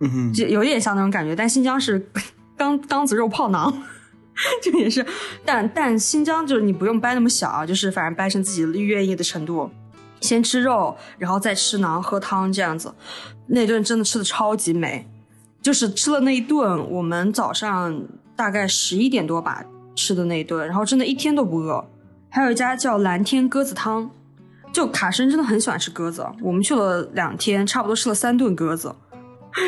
A: 嗯哼，
B: 就有点像那种感觉，但新疆是 缸缸子肉泡馕，这也是，但但新疆就是你不用掰那么小啊，就是反正掰成自己愿意的程度，先吃肉，然后再吃馕喝汤这样子，那顿真的吃的超级美，就是吃了那一顿，我们早上大概十一点多吧吃的那一顿，然后真的一天都不饿。还有一家叫蓝天鸽子汤，就卡申真的很喜欢吃鸽子，我们去了两天，差不多吃了三顿鸽子。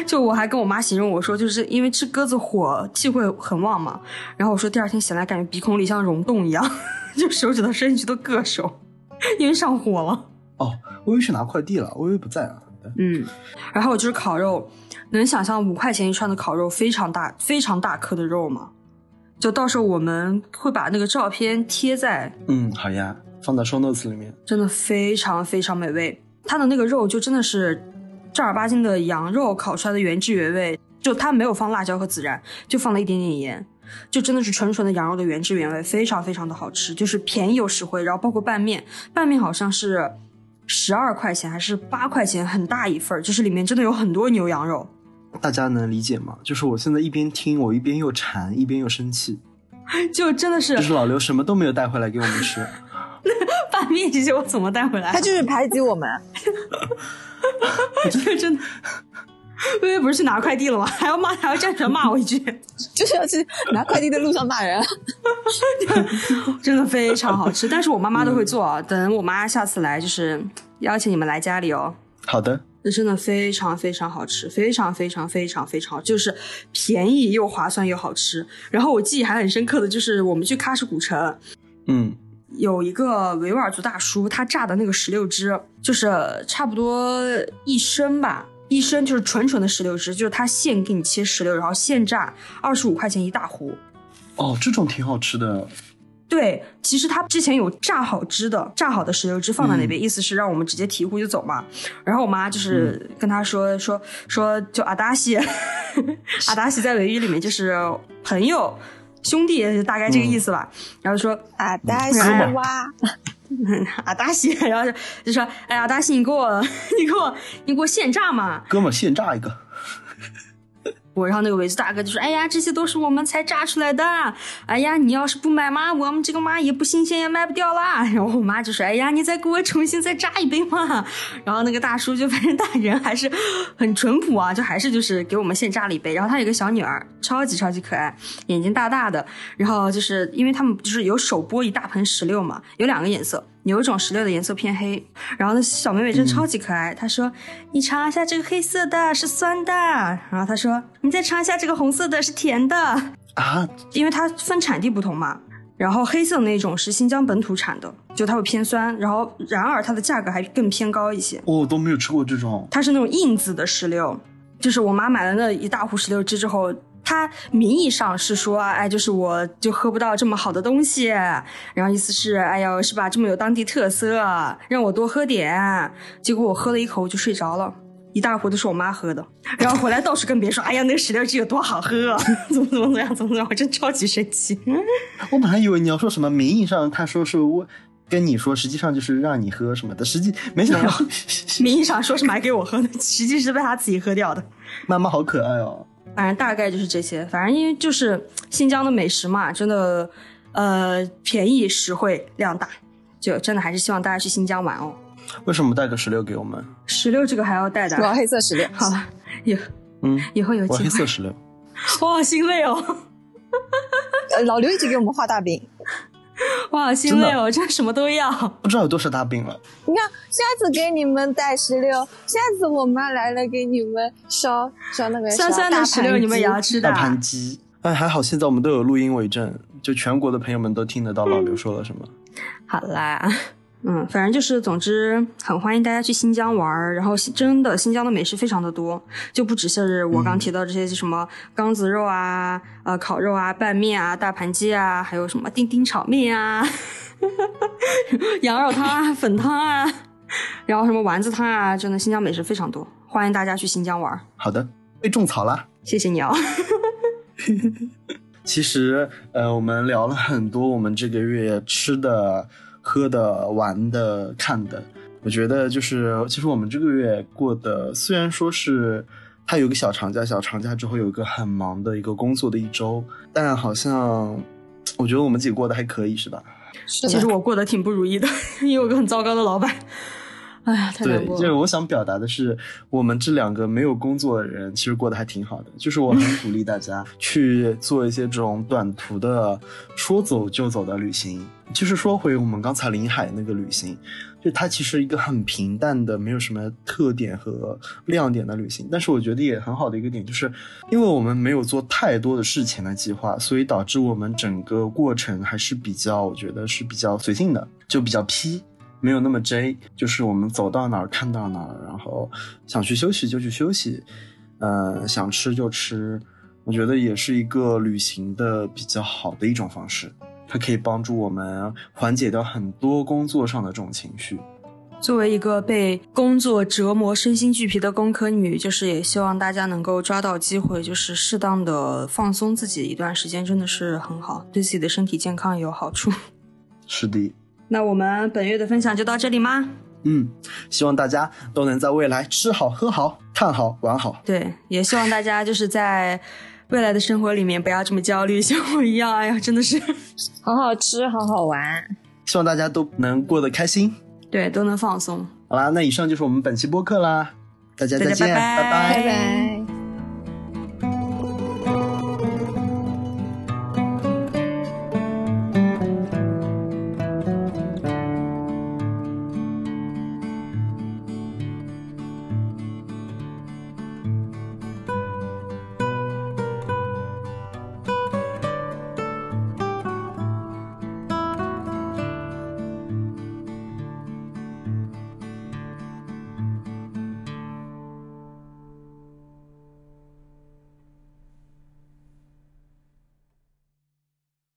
B: 就我还跟我妈形容我说，就是因为吃鸽子火气会很旺嘛，然后我说第二天醒来感觉鼻孔里像溶洞一样， 就手指头伸进去都硌手，因为上火了。
A: 哦，微微去拿快递了，微微不在啊。
B: 嗯，然后就是烤肉，能想象五块钱一串的烤肉非常大、非常大颗的肉吗？就到时候我们会把那个照片贴在，
A: 嗯，好呀，放在 show notes 里面。
B: 真的非常非常美味。它的那个肉就真的是正儿八经的羊肉烤出来的原汁原味，就它没有放辣椒和孜然，就放了一点点盐，就真的是纯纯的羊肉的原汁原味，非常非常的好吃，就是便宜又实惠。然后包括拌面，拌面好像是十二块钱还是八块钱，很大一份儿，就是里面真的有很多牛羊肉。
A: 大家能理解吗？就是我现在一边听，我一边又馋，一边又生气。
B: 就真的是
A: 就是老刘什么都没有带回来给我们吃，
B: 拌面这些我怎么带回来啊？
C: 他就是排挤我们。
B: 就真的， 微微不是去拿快递了吗？还要骂，还要站起来骂我一句，
C: 就是要去拿快递的路上骂 人。
B: 真的非常好吃。但是我妈妈都会做啊，等我妈下次来，就是邀请你们来家里哦。
A: 好的，
B: 那真的非常非常好吃，非常非常非常非常好，就是便宜又划算又好吃。然后我记忆还很深刻的就是我们去喀什古城，
A: 嗯，
B: 有一个维吾尔族大叔，他榨的那个石榴汁，就是差不多一升吧，一升就是纯纯的石榴汁，就是他现给你切石榴，然后现榨，二十五块钱一大壶。
A: 哦，这种挺好吃的，
B: 对，其实他之前有榨好汁的，榨好的石榴汁放在那边，意思是让我们直接提壶就走嘛。然后我妈就是跟他说、说说，就阿达西，阿达西在维语里面就是朋友、兄弟，大概这个意思吧。然后说
C: 啊，
A: 嗯
C: 大
B: 西
C: 哇，
B: 阿达西，然后就就说，哎呀，阿达西，你给我， 你给我，你给我现榨嘛！
A: 哥们儿现榨一个，
B: 我然后那个维族大哥就说，哎呀，这些都是我们才榨出来的，哎呀，你要是不买嘛，我们这个嘛也不新鲜，也卖不掉啦。 然后我妈就说，哎呀，你再给我重新再榨一杯嘛。然后那个大叔就反正大人还是很淳朴啊，就还是就是给我们现榨了一杯。然后他有个小女儿，超级超级可爱，眼睛大大的。然后就是因为他们就是有手剥一大盆石榴嘛，有两个颜色，有一种石榴的颜色偏黑。然后那小妹妹真超级可爱，她说：“你尝一下这个黑色的，是酸的。”然后她说：“你再尝一下这个红色的，是甜的。
A: 啊，”
B: 因为它分产地不同嘛。然后黑色的那种是新疆本土产的，就它会偏酸。然后然而它的价格还更偏高一些。
A: 我、都没有吃过这种，
B: 它是那种硬籽的石榴，就是我妈买了那一大壶石榴汁之后，她名义上是说，哎，就是我就喝不到这么好的东西，然后意思是，哎呀，是吧？这么有当地特色，让我多喝点。结果我喝了一口我就睡着了。一大壶都是我妈喝的，然后回来到处跟别人说：“哎呀，那个石榴汁有多好喝， 怎么怎么怎么样，怎么怎么样。”我真超级生气。
A: 我本来以为你要说什么，名义上他说是我跟你说，实际上就是让你喝什么的，实际没想到
B: 名义上说是买给我喝的，实际是被她自己喝掉的。
A: 妈妈好可爱哦，
B: 反正大概就是这些。反正因为就是新疆的美食嘛，真的，呃，便宜实惠量大，就真的还是希望大家去新疆玩哦。
A: 为什么不带个石榴给我们？
B: 石榴这个还要带的
C: 我
B: 啊，
C: 要黑色石榴。
B: 好了，以
A: 嗯，
B: 以后有
A: 我
B: 机
A: 黑
B: 会。
A: 色石榴，
B: 我好心累哦，
C: 呃老刘一直给我们画大饼。
B: 我好心累哦，真什么都要。
A: 不知道有多少大饼了。
C: 你看，下次给你们带石榴，下次我妈来了给你们烧烧那个
B: 酸酸的石榴你们也要吃的
A: 大
B: 啊。
A: 盘鸡。哎，还好现在我们都有录音为证，就全国的朋友们都听得到老刘说了什么。
B: 好啦， 嗯，反正就是，总之很欢迎大家去新疆玩儿。然后新真的新疆的美食非常的多，就不只是我
A: 嗯
B: 刚提到这些什么缸子肉啊、呃烤肉啊、拌面啊、大盘鸡啊，还有什么丁丁炒面啊、 羊肉汤啊、粉汤啊，然后什么丸子汤啊，真的新疆美食非常多，欢迎大家去新疆玩儿。
A: 好的，被种草啦。
B: 谢谢你哦，
A: 其实，呃，我们聊了很多我们这个月吃的、喝的、玩的、看的。我觉得就是，其实我们这个月过得虽然说是它有一个小长假，小长假之后有一个很忙的一个工作的一周，但好像我觉得我们自己过得还可以，是吧？
C: 是
B: 其实
C: 的，
B: 我过得挺不如意的， 因为我有个很糟糕的老板。哎呀， 太难
A: 对，
B: 过
A: 就
B: 了。
A: 是我想表达的是，我们这两个没有工作的人，其实过得还挺好的。就是我很鼓励大 家去做一些这种短途的、说走就走的旅行。就是说回我们刚才临海那个旅行，就它其实一个很平淡的，没有什么特点和亮点的旅行。但是我觉得也很好的一个点，就是因为我们没有做太多的事前的计划，所以导致我们整个过程还是比较，我觉得是比较随性的，就比较 P。没有那么 J，就是我们走到哪儿看到哪儿，然后想去休息就去休息，呃，想吃就吃。我觉得也是一个旅行的比较好的一种方式，它可以帮助我们缓解掉很多工作上的这种情绪。
B: 作为一个被工作折磨、身心俱疲的工科女，就是也希望大家能够抓到机会，就是适当的放松自己一段时间，真的是很好，对自己的身体健康也有好处。
A: 是的，
B: 那我们本月的分享就到这里吗？
A: 嗯，希望大家都能在未来吃好、喝好、看好、玩好。
B: 对，也希望大家就是在未来的生活里面不要这么焦虑，像我一样，哎呀，真的是，
C: 好好吃，好好玩。
A: 希望大家都能过得开心。
B: 对，都能放松。
A: 好啦，那以上就是我们本期播客啦，大家
B: 大
A: 再
B: 家
A: 见，
B: 拜拜
A: 拜
C: 拜拜。